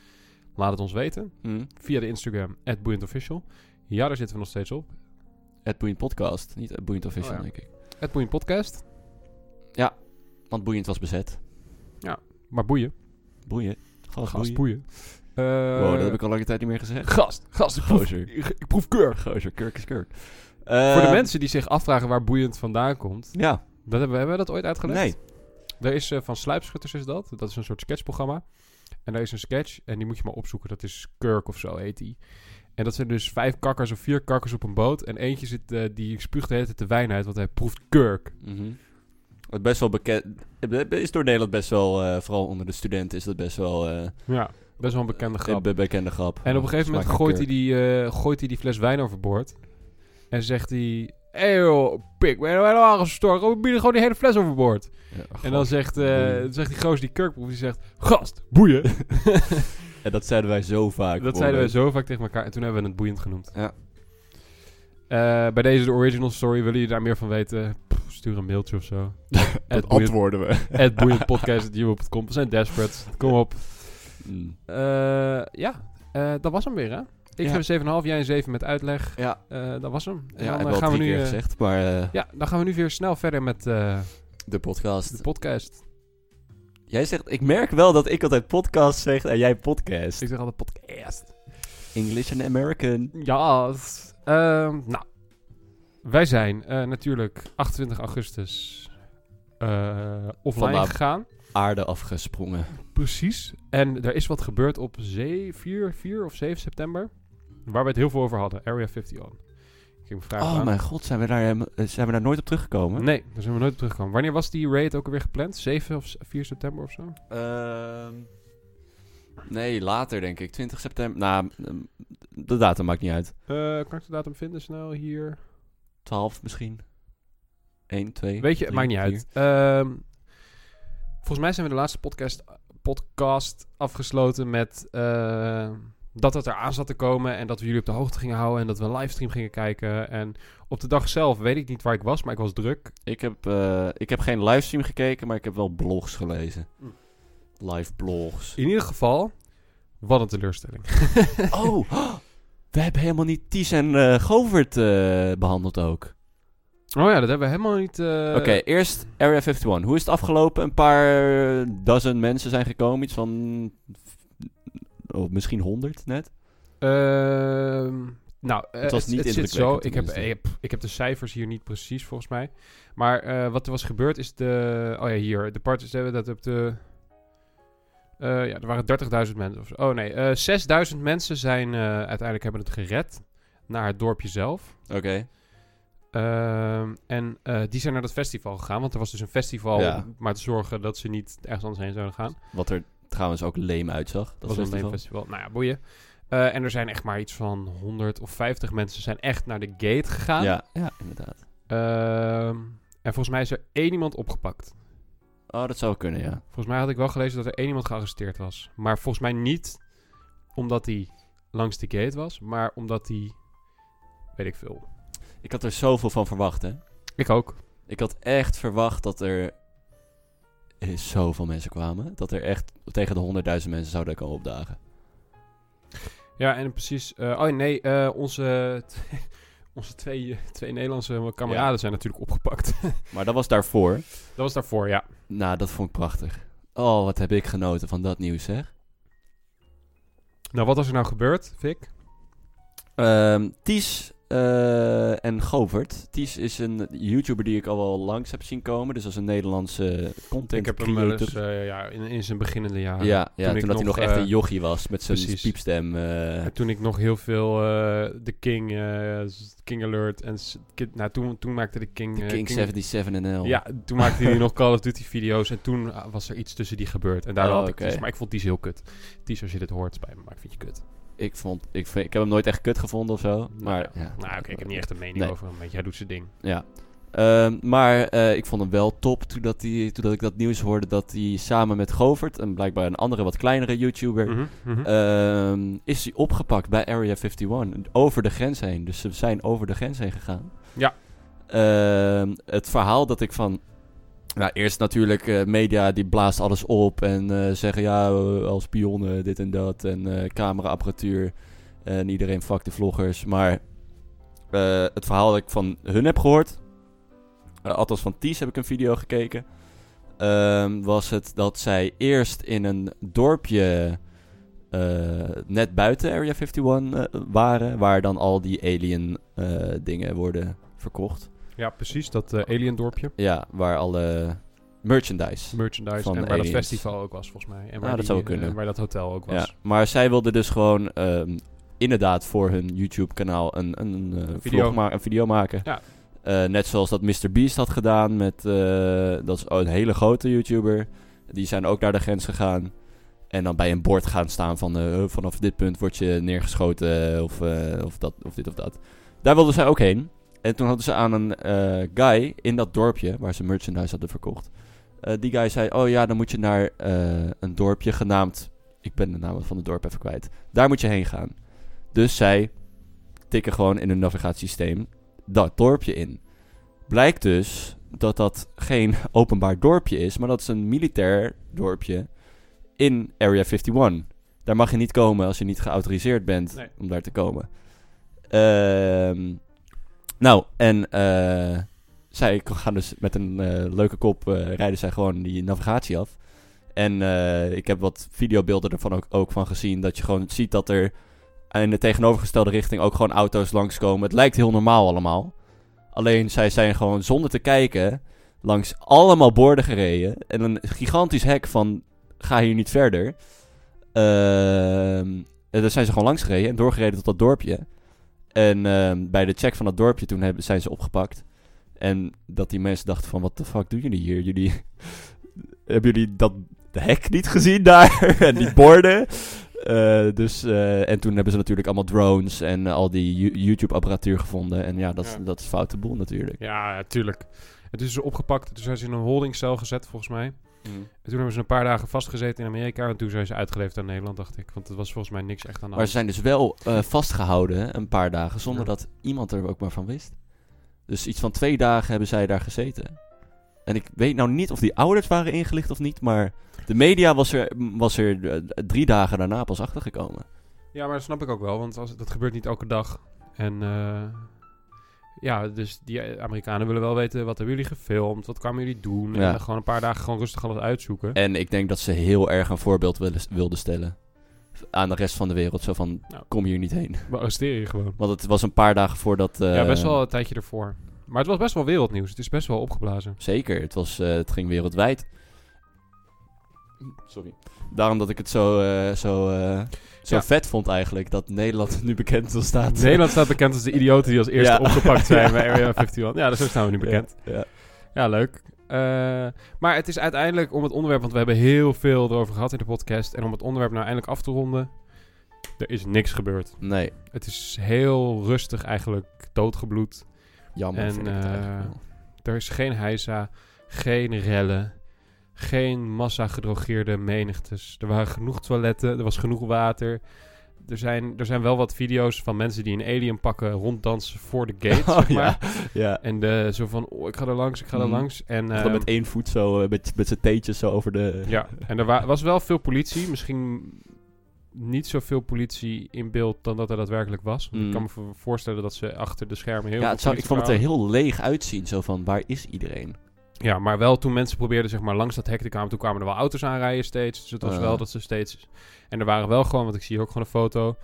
Speaker 2: Laat het ons weten.
Speaker 1: hm.
Speaker 2: Via de Instagram, @boeiendofficial. Ja, daar zitten we nog steeds op.
Speaker 1: het Boeiend Podcast, niet het Boeiend Official,
Speaker 2: Oh ja.
Speaker 1: denk ik.
Speaker 2: Het Boeiend Podcast,
Speaker 1: Want Boeiend was bezet.
Speaker 2: maar boeien.
Speaker 1: Boeien. Gast, boeien.
Speaker 2: Gast boeien. Eh,
Speaker 1: Wow, dat heb ik al lange tijd niet meer gezegd.
Speaker 2: Gast, gast,
Speaker 1: Oh,
Speaker 2: ik proef,
Speaker 1: Gozer.
Speaker 2: ik, ik proef keur.
Speaker 1: Gozer, kurk is kurk.
Speaker 2: Voor de
Speaker 1: Ehm,
Speaker 2: mensen die zich afvragen waar boeiend vandaan komt...
Speaker 1: Ja,
Speaker 2: Dat hebben, hebben we dat ooit uitgelegd?
Speaker 1: nee.
Speaker 2: Er is eh, van Sluipschutters is dat. Dat is een soort sketchprogramma. En daar is een sketch en die moet je maar opzoeken. Dat is Kirk of zo heet die. En dat zijn dus vijf kakkers of vier kakkers op een boot. En eentje zit, eh, die spuugt de hele tijd de wijn uit, want hij proeft Kirk.
Speaker 1: Mhm. Wat best wel bekend is door Nederland best wel, eh, vooral onder de studenten, is dat best wel eh,
Speaker 2: Ja, best wel een bekende grap.
Speaker 1: een be- bekende grap.
Speaker 2: en op een gegeven moment
Speaker 1: Smaakt
Speaker 2: gooit hij,
Speaker 1: keur.
Speaker 2: die, eh, gooit hij die fles wijn overboord. En zegt hij... Hé joh, pik, ben je nou helemaal aangestorven? We bieden gewoon die hele fles overboord.
Speaker 1: Ja,
Speaker 2: en
Speaker 1: goh.
Speaker 2: dan zegt, eh,
Speaker 1: boeien.
Speaker 2: dan zegt die goos die Kirk proeft, die zegt... Gast, boeien!
Speaker 1: En dat zeiden wij zo vaak.
Speaker 2: Dat zeiden we zo vaak tegen elkaar en toen hebben we het boeiend genoemd.
Speaker 1: Ja.
Speaker 2: Eh, bij deze de original story, willen jullie daar meer van weten? Pff, stuur een mailtje of zo.
Speaker 1: Dat
Speaker 2: Het boeiend,
Speaker 1: antwoorden we.
Speaker 2: at boeiendpodcast.com. We zijn desperate. Kom op.
Speaker 1: Mm.
Speaker 2: Eh, ja, Eh, dat was hem weer hè? Ik
Speaker 1: Ja.
Speaker 2: geef een 7,5, jij een 7 met uitleg.
Speaker 1: Ja,
Speaker 2: Eh, dat was hem. En
Speaker 1: ja
Speaker 2: dan,
Speaker 1: hebben
Speaker 2: eh,
Speaker 1: we al
Speaker 2: gaan we
Speaker 1: drie
Speaker 2: nu,
Speaker 1: keer
Speaker 2: eh,
Speaker 1: gezegd, maar eh,
Speaker 2: Ja, dan gaan we nu weer snel verder met eh,
Speaker 1: de podcast.
Speaker 2: de podcast.
Speaker 1: Jij zegt, ik merk wel dat ik altijd podcast zeg en jij podcast.
Speaker 2: Ik zeg altijd podcast.
Speaker 1: English and American.
Speaker 2: Ja, s- ehm, nou. Wij zijn eh, natuurlijk 28 augustus eh, offline
Speaker 1: Vandaag.
Speaker 2: gegaan.
Speaker 1: Aarde afgesprongen.
Speaker 2: Precies. En er is wat gebeurd op ze- 4, 4 of 7 september. Waar we het heel veel over hadden. Area 50 on. Ik ging me vragen
Speaker 1: Oh
Speaker 2: aan.
Speaker 1: mijn god, zijn we daar, helemaal- eh, zijn we daar nooit op teruggekomen?
Speaker 2: Nee, daar zijn we nooit op teruggekomen. Wanneer was die raid ook alweer gepland? 7 of s- 4 september of zo?
Speaker 1: Ehm, nee, later denk ik. 20 september. Nou, ehm, de datum maakt niet uit.
Speaker 2: Eh, kan ik de datum vinden snel hier?
Speaker 1: 12 misschien. 1, 2.
Speaker 2: Weet je, het maakt niet uit. Ehm, volgens mij zijn we de laatste podcast, podcast afgesloten met eh, dat het eraan zat te komen en dat we jullie op de hoogte gingen houden en dat we een livestream gingen kijken. En op de dag zelf weet ik niet waar ik was, maar ik was druk.
Speaker 1: Ik heb, eh, ik heb geen livestream gekeken, maar ik heb wel blogs gelezen.
Speaker 2: Mm.
Speaker 1: Live blogs.
Speaker 2: In ieder geval, wat een teleurstelling.
Speaker 1: oh, we hebben helemaal niet Ties en eh, Govert eh, behandeld ook.
Speaker 2: Oh ja, dat hebben we helemaal niet. eh,
Speaker 1: Oké, eerst Area 51. Hoe is het afgelopen? Een paar dozen mensen zijn gekomen. Iets van... Oh, misschien 100 net.
Speaker 2: ehm, nou, eh,
Speaker 1: Het was niet
Speaker 2: zit zo.
Speaker 1: indrukwekkend,
Speaker 2: Ik heb,
Speaker 1: tenminste.
Speaker 2: ik, heb- ik heb de cijfers hier niet precies volgens mij. Maar eh, wat er was gebeurd is de. Oh ja, hier. De partners hebben dat op de. eh, ja, er waren 30.000 mensen. Of zo. Oh nee, eh, 6.000 mensen zijn eh, uiteindelijk hebben het gered naar het dorpje zelf.
Speaker 1: Oké.
Speaker 2: Ehm, en eh, die zijn naar dat festival gegaan, want er was dus een festival
Speaker 1: Ja.
Speaker 2: om maar te zorgen dat ze niet ergens anders heen zouden gaan.
Speaker 1: Wat er trouwens ook leem uitzag. Dat
Speaker 2: Dat was een
Speaker 1: festival.
Speaker 2: festival. Nou ja, boeien. Eh, en er zijn echt maar iets van 100 of 50 mensen zijn echt naar de gate gegaan.
Speaker 1: Ja, ja, inderdaad.
Speaker 2: Ehm, en volgens mij is er één iemand opgepakt.
Speaker 1: Oh, dat zou kunnen, ja.
Speaker 2: Volgens mij had ik wel gelezen dat er één iemand gearresteerd was. Maar volgens mij niet omdat hij langs de gate was, maar omdat hij weet ik veel.
Speaker 1: Ik had er zoveel van verwacht, hè.
Speaker 2: Ik ook.
Speaker 1: Ik had echt verwacht dat er eh, zoveel mensen kwamen. Dat er echt tegen de 100.000 mensen zouden komen opdagen.
Speaker 2: Ja, en precies. eh, oh nee, eh, onze, onze twee, twee Nederlandse kameraden zijn natuurlijk opgepakt.
Speaker 1: Maar dat was daarvoor.
Speaker 2: dat was daarvoor, ja.
Speaker 1: Nou, dat vond ik prachtig. Oh, wat heb ik genoten van dat nieuws, zeg.
Speaker 2: Nou, wat was er nou gebeurd, Vic?
Speaker 1: Ehm, Ties eh, en Govert. Ties is een YouTuber die ik al wel langs heb zien komen. Dus als een Nederlandse content
Speaker 2: Ik heb hem wel eens
Speaker 1: creator.
Speaker 2: eh, ja, in, in zijn beginnende jaren.
Speaker 1: ja, ja,
Speaker 2: ik
Speaker 1: toen dat hij
Speaker 2: nog,
Speaker 1: nog echt
Speaker 2: eh,
Speaker 1: een jochie was met zijn
Speaker 2: precies.
Speaker 1: piepstem. eh.
Speaker 2: En toen ik nog heel veel eh, The King, eh, King Alert en... s- Kid- nou, toen, toen maakte de King...
Speaker 1: de
Speaker 2: eh,
Speaker 1: King, 77 NL.
Speaker 2: Ja, toen maakte hij nog Call of Duty video's en toen ah, was er iets tussen die gebeurd. En daar
Speaker 1: Oh,
Speaker 2: had ik
Speaker 1: oké.
Speaker 2: Ties, maar ik vond Ties heel kut. Ties, als je dit hoort, spijt me, maar ik vind je kut.
Speaker 1: Ik, vond, ik, vind- ik heb hem nooit echt kut gevonden of zo. Maar, ja.
Speaker 2: Nou, oké, ik heb niet echt een mening
Speaker 1: Nee.
Speaker 2: over hem, want jij doet zijn ding.
Speaker 1: Ja. Ehm, maar eh, ik vond hem wel top toen dat hij- toen dat ik dat nieuws hoorde dat hij samen met Govert, en blijkbaar een andere wat kleinere YouTuber,
Speaker 2: Mhm, mhm.
Speaker 1: ehm, is hij opgepakt bij Area 51. Over de grens heen. Dus ze zijn over de grens heen gegaan.
Speaker 2: Ja.
Speaker 1: Ehm, het verhaal dat ik van. Nou, eerst natuurlijk eh, media die blaast alles op en eh, zeggen ja, eh, als spionnen dit en dat en eh, cameraapparatuur en iedereen fuck de vloggers. Maar eh, het verhaal dat ik van hun heb gehoord, eh, althans van Ties heb ik een video gekeken, ehm, was het dat zij eerst in een dorpje eh, net buiten Area 51 eh, waren, waar dan al die alien eh, dingen worden verkocht.
Speaker 2: Ja, precies, dat eh alien dorpje.
Speaker 1: Ja, waar alle merchandise.
Speaker 2: Merchandise
Speaker 1: Van
Speaker 2: en waar
Speaker 1: aliens. Ah,
Speaker 2: dat festival ook was, volgens mij. En waar
Speaker 1: dat
Speaker 2: die,
Speaker 1: zou wel
Speaker 2: eh,
Speaker 1: kunnen.
Speaker 2: waar dat hotel ook was.
Speaker 1: Ja, maar zij wilden dus gewoon ehm, inderdaad voor hun YouTube-kanaal een, een, eh,
Speaker 2: video.
Speaker 1: vlog ma- een video maken.
Speaker 2: Ja.
Speaker 1: Eh, net zoals dat MrBeast had gedaan met... eh, dat is een hele grote YouTuber. Die zijn ook naar de grens gegaan. En dan bij een bord gaan staan van... eh, vanaf dit punt word je neergeschoten eh, of, eh, of, dat, of dit of dat. Daar wilden zij ook heen. En toen hadden ze aan een eh, guy in dat dorpje... waar ze merchandise hadden verkocht... eh, die guy zei, oh ja, dan moet je naar eh, een dorpje genaamd ik ben de naam van het dorp even kwijt. Daar moet je heen gaan. Dus zij tikken gewoon in hun navigatiesysteem dat dorpje in. Blijkt dus dat dat geen openbaar dorpje is, maar dat is een militair dorpje in Area 51. Daar mag je niet komen als je niet geautoriseerd bent
Speaker 2: Nee.
Speaker 1: om daar te komen. Ehm, nou, en eh, zij gaan dus met een eh, leuke kop eh, rijden zij gewoon die navigatie af. En eh, ik heb wat videobeelden ervan ook, ook van gezien. Dat je gewoon ziet dat er in de tegenovergestelde richting ook gewoon auto's langskomen. Het lijkt heel normaal allemaal. Alleen zij zijn gewoon zonder te kijken langs allemaal borden gereden. En een gigantisch hek van ga hier niet verder. Ehm, en daar zijn ze gewoon langs gereden en doorgereden tot dat dorpje. En ehm, bij de check van dat dorpje toen hebben, zijn ze opgepakt. En dat die mensen dachten van, wat de fuck doen jullie hier? Jullie, hebben jullie dat hek niet gezien daar? en die borden? Eh, dus, eh, en toen hebben ze natuurlijk allemaal drones en eh, al die Yo- YouTube-apparatuur gevonden. En ja, dat, is-
Speaker 2: Ja.
Speaker 1: dat is foute boel natuurlijk.
Speaker 2: Ja, ja, tuurlijk. En toen is ze opgepakt, toen zijn ze in een holdingcel gezet, volgens mij. En toen hebben ze een paar dagen vastgezeten in Amerika. En toen zijn ze uitgeleverd aan Nederland, dacht ik. Want het was volgens mij niks echt aan de
Speaker 1: Maar
Speaker 2: hand.
Speaker 1: ze zijn dus wel eh, vastgehouden een paar dagen zonder
Speaker 2: Ja.
Speaker 1: dat iemand er ook maar van wist. Dus iets van twee dagen hebben zij daar gezeten. En ik weet nou niet of die ouders waren ingelicht of niet, maar de media was er, was er eh, drie dagen daarna pas achtergekomen.
Speaker 2: Ja, maar dat snap ik ook wel, want als, dat gebeurt niet elke dag. En eh, ja, dus die eh, Amerikanen willen wel weten, wat hebben jullie gefilmd? Wat kwamen jullie doen?
Speaker 1: Ja.
Speaker 2: En dan gewoon een paar dagen gewoon rustig alles uitzoeken.
Speaker 1: En ik denk dat ze heel erg een voorbeeld willen- wilden stellen aan de rest van de wereld. Zo van,
Speaker 2: Nou.
Speaker 1: kom hier niet heen.
Speaker 2: We arresteren je gewoon.
Speaker 1: Want het was een paar dagen voordat... eh,
Speaker 2: ja, best wel een tijdje ervoor. Maar het was best wel wereldnieuws. Het is best wel opgeblazen.
Speaker 1: Zeker, het, was, eh, het ging wereldwijd. Sorry. Daarom dat ik het zo, eh, zo, eh, zo
Speaker 2: Ja.
Speaker 1: vet vond eigenlijk, dat Nederland nu bekend wil staan.
Speaker 2: Nederland staat bekend als de idioten die als eerste
Speaker 1: Ja.
Speaker 2: opgepakt zijn
Speaker 1: Ja.
Speaker 2: bij Area 51. Ja, dat zo staan we nu bekend.
Speaker 1: Ja.
Speaker 2: Ja, leuk. Eh, maar het is uiteindelijk om het onderwerp, want we hebben heel veel erover gehad in de podcast. En om het onderwerp nou eindelijk af te ronden, er is niks gebeurd.
Speaker 1: Nee,
Speaker 2: Het is heel rustig eigenlijk, doodgebloed.
Speaker 1: jammer
Speaker 2: En,
Speaker 1: vind ik het eigenlijk
Speaker 2: eh,
Speaker 1: wel.
Speaker 2: Er is geen heisa, geen rellen, geen massa gedrogeerde menigtes. Er waren genoeg toiletten, er was genoeg water. er, zijn, er zijn wel wat video's van mensen die een alien pakken ronddansen voor de gate.
Speaker 1: Oh,
Speaker 2: zeg maar.
Speaker 1: ja. ja.
Speaker 2: En eh, zo van, oh, ik ga er langs, ik ga er
Speaker 1: Mm.
Speaker 2: langs. En,
Speaker 1: Of
Speaker 2: eh,
Speaker 1: dan met één voet zo, eh, met, met zijn teentjes zo over de...
Speaker 2: ja, en er wa- was wel veel politie. Misschien niet zoveel politie in beeld dan dat er daadwerkelijk was. Want
Speaker 1: Mm.
Speaker 2: Ik kan me vo- voorstellen dat ze achter de schermen heel
Speaker 1: Ja,
Speaker 2: veel
Speaker 1: het zou, ik
Speaker 2: politie
Speaker 1: vond het er
Speaker 2: waren.
Speaker 1: heel leeg uitzien. Zo van, waar is iedereen?
Speaker 2: Ja, maar wel toen mensen probeerden zeg maar, langs dat hek te komen, toen kwamen er wel auto's aanrijden steeds. Dus het was
Speaker 1: Ah.
Speaker 2: wel dat ze steeds... En er waren wel gewoon, want ik zie hier ook gewoon een foto...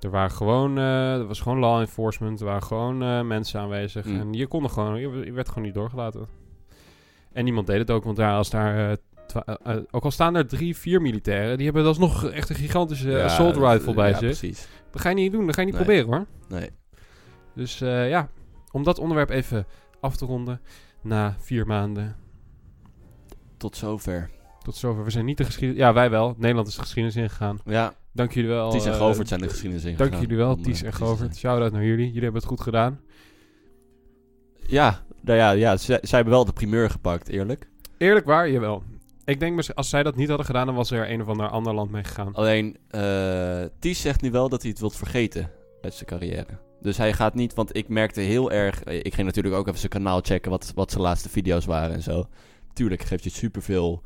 Speaker 2: Er, waren gewoon, eh, er was gewoon law enforcement, er waren gewoon eh, mensen aanwezig.
Speaker 1: Mm.
Speaker 2: En je kon er gewoon, je, je werd gewoon niet doorgelaten. En niemand deed het ook, want daar als daar... eh, twa- eh, eh, ook al staan er drie, vier militairen, die hebben alsnog echt een gigantische eh,
Speaker 1: Ja,
Speaker 2: assault
Speaker 1: dat-
Speaker 2: rifle bij
Speaker 1: ja,
Speaker 2: zich.
Speaker 1: precies.
Speaker 2: Dat ga je niet doen, dat ga je niet
Speaker 1: Nee.
Speaker 2: proberen hoor.
Speaker 1: Nee.
Speaker 2: Dus eh, ja, om dat onderwerp even af te ronden na vier maanden.
Speaker 1: Tot zover.
Speaker 2: Tot zover. We zijn niet de geschiedenis. Ja, wij wel. Nederland is de geschiedenis ingegaan.
Speaker 1: Ja,
Speaker 2: Dank jullie wel.
Speaker 1: Ties en
Speaker 2: eh,
Speaker 1: Govert zijn de geschiedenis eh, in.
Speaker 2: Dank jullie wel, Ties en Govert. Shout-out naar jullie. Jullie hebben het goed gedaan.
Speaker 1: Ja, nou ja, ja zij, zij hebben wel de primeur gepakt, eerlijk.
Speaker 2: Eerlijk waar, jawel. Ik denk, misschien- als zij dat niet hadden gedaan, dan was er een of ander ander land mee gegaan.
Speaker 1: Alleen, eh Ties zegt nu wel dat hij het wilt vergeten uit zijn carrière. Dus hij gaat niet, want ik merkte heel erg... eh, Ik ging natuurlijk ook even zijn kanaal checken wat, wat zijn laatste video's waren en zo. Tuurlijk geeft je superveel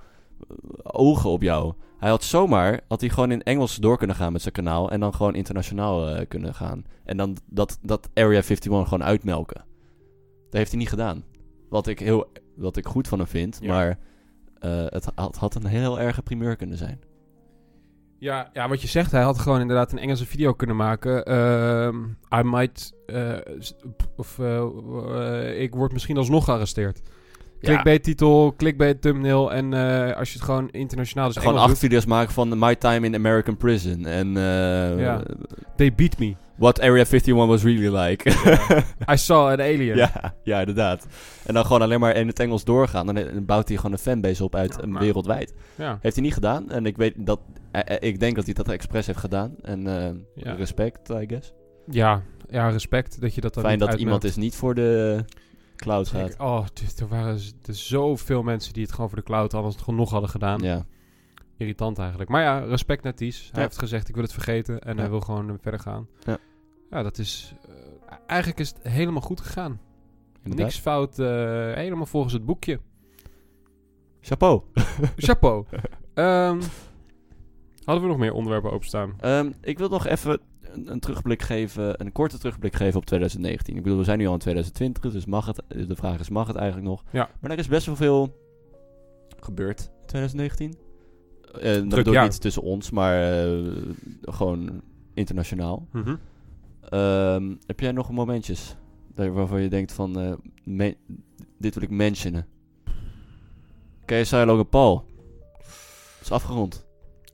Speaker 1: eh, ogen op jou. Hij had zomaar, had hij gewoon in Engels door kunnen gaan met zijn kanaal... en dan gewoon internationaal eh, kunnen gaan. En dan dat, dat Area 51 gewoon uitmelken. Dat heeft hij niet gedaan. Wat ik, heel, wat ik goed van hem vind,
Speaker 2: Ja.
Speaker 1: maar... eh, het had, had een heel erge primeur kunnen zijn.
Speaker 2: Ja, ja, wat je zegt, hij had gewoon inderdaad een Engelse video kunnen maken. Ehm, I might. eh, s- of eh, eh, ik word misschien alsnog gearresteerd. Clickbait titel, clickbait thumbnail. En eh, als je het gewoon internationaal. Dus
Speaker 1: Gewoon
Speaker 2: Engels
Speaker 1: acht video's maken van My Time in American Prison. En eh,
Speaker 2: Ja. doet, They beat me.
Speaker 1: What Area 51 was really like.
Speaker 2: I saw an alien.
Speaker 1: ja, ja, inderdaad. En dan gewoon alleen maar in het Engels doorgaan. Dan, dan bouwt hij gewoon een fanbase op uit
Speaker 2: Ja,
Speaker 1: eh,
Speaker 2: maar-
Speaker 1: wereldwijd.
Speaker 2: ja.
Speaker 1: Heeft hij niet gedaan. En ik weet dat... eh, eh, ik denk dat hij dat expres heeft gedaan. En eh,
Speaker 2: Ja.
Speaker 1: respect, I guess.
Speaker 2: Ja, ja, respect dat je dat dan
Speaker 1: Fijn
Speaker 2: niet
Speaker 1: dat iemand is niet voor de cloud gaat.
Speaker 2: uitmeldt. Oh, dit- er waren z- er zoveel mensen die het gewoon voor de cloud anders gewoon nog hadden gedaan.
Speaker 1: Ja,
Speaker 2: Irritant eigenlijk. Maar ja, respect naar Ties. Hij
Speaker 1: Ja.
Speaker 2: heeft gezegd, ik wil het vergeten en
Speaker 1: Ja.
Speaker 2: hij wil gewoon eh, verder gaan.
Speaker 1: Ja.
Speaker 2: Ja, dat is... eh, eigenlijk is het helemaal goed gegaan.
Speaker 1: inderdaad.
Speaker 2: Niks fout. eh, helemaal volgens het boekje.
Speaker 1: Chapeau.
Speaker 2: Chapeau. Ehm, hadden we nog meer onderwerpen openstaan?
Speaker 1: Ehm, ik wil nog even een, een terugblik geven, een korte terugblik geven op 2019. Ik bedoel, we zijn nu al in 2020, dus mag het, de vraag is, mag het eigenlijk nog?
Speaker 2: Ja.
Speaker 1: Maar er is best wel veel gebeurd in 2019. Eh dat bedoel ik
Speaker 2: jaar.
Speaker 1: niet tussen ons, maar eh, gewoon internationaal.
Speaker 2: Mhm.
Speaker 1: Ehm, heb jij nog momentjes daar- waarvan je denkt van, eh, me- dit wil ik mentionen? KSI Logan Paul. Het is afgerond.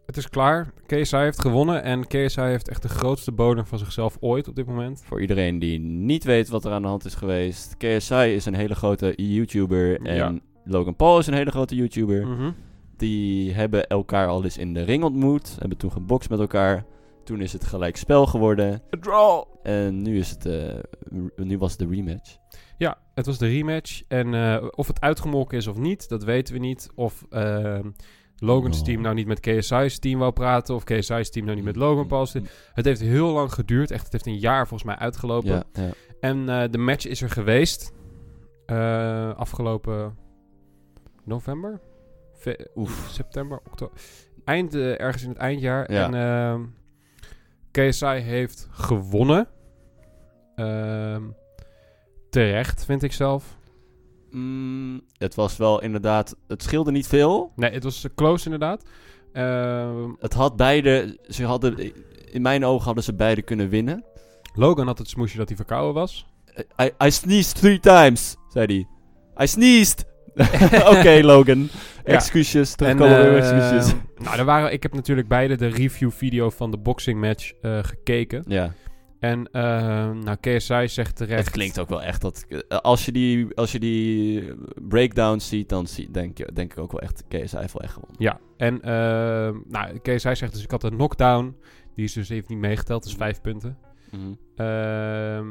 Speaker 2: Het is klaar. KSI heeft gewonnen en KSI heeft echt de grootste bodem van zichzelf ooit op dit moment.
Speaker 1: Voor iedereen die niet weet wat er aan de hand is geweest. KSI is een hele grote YouTuber. En
Speaker 2: Ja.
Speaker 1: Logan Paul is een hele grote YouTuber.
Speaker 2: Mhm.
Speaker 1: Die hebben elkaar al eens in de ring ontmoet. Hebben toen gebokst met elkaar. Toen is het gelijk spel geworden. En nu, is het, eh, re- nu was het de rematch.
Speaker 2: Ja, het was de rematch. En eh, of het uitgemolken is of niet, dat weten we niet. Of eh, Logan's
Speaker 1: Oh.
Speaker 2: team nou niet met KSI's team wou praten. Of KSI's team nou niet met Logan Paul's team. Het heeft heel lang geduurd. Echt, het heeft een jaar volgens mij uitgelopen.
Speaker 1: Ja, ja.
Speaker 2: En eh, de match is er geweest. Eh, afgelopen november? Ve-
Speaker 1: Oef.
Speaker 2: September, oktober. Eind, eh, ergens in het eindjaar.
Speaker 1: Ja.
Speaker 2: En ehm, KSI heeft gewonnen. Ehm, terecht, vind ik zelf.
Speaker 1: Mm, het was wel inderdaad... Het scheelde niet veel.
Speaker 2: Nee, het was eh, close inderdaad. Ehm,
Speaker 1: Het had beide... Ze hadden, in mijn ogen hadden ze beide kunnen winnen.
Speaker 2: Logan had het smoesje dat hij verkouden was.
Speaker 1: I, I sneezed three times, zei hij. I sneezed! Oké, Logan. Excuses, terugkomen
Speaker 2: En,
Speaker 1: weer
Speaker 2: eh,
Speaker 1: excuses.
Speaker 2: nou, er waren, ik heb natuurlijk beide de review video van de boxing match eh, gekeken.
Speaker 1: Ja,
Speaker 2: En eh, nou, KSI zegt terecht.
Speaker 1: het klinkt ook wel echt dat... eh, Als je die, als je die eh, breakdowns ziet, dan zie, denk, je, denk ik ook wel echt... KSI heeft wel echt gewonnen.
Speaker 2: Ja, en eh nou, KSI zegt dus ik had een
Speaker 1: Mhm.
Speaker 2: knockdown. Die is dus even niet meegeteld, dus vijf punten. Ehm,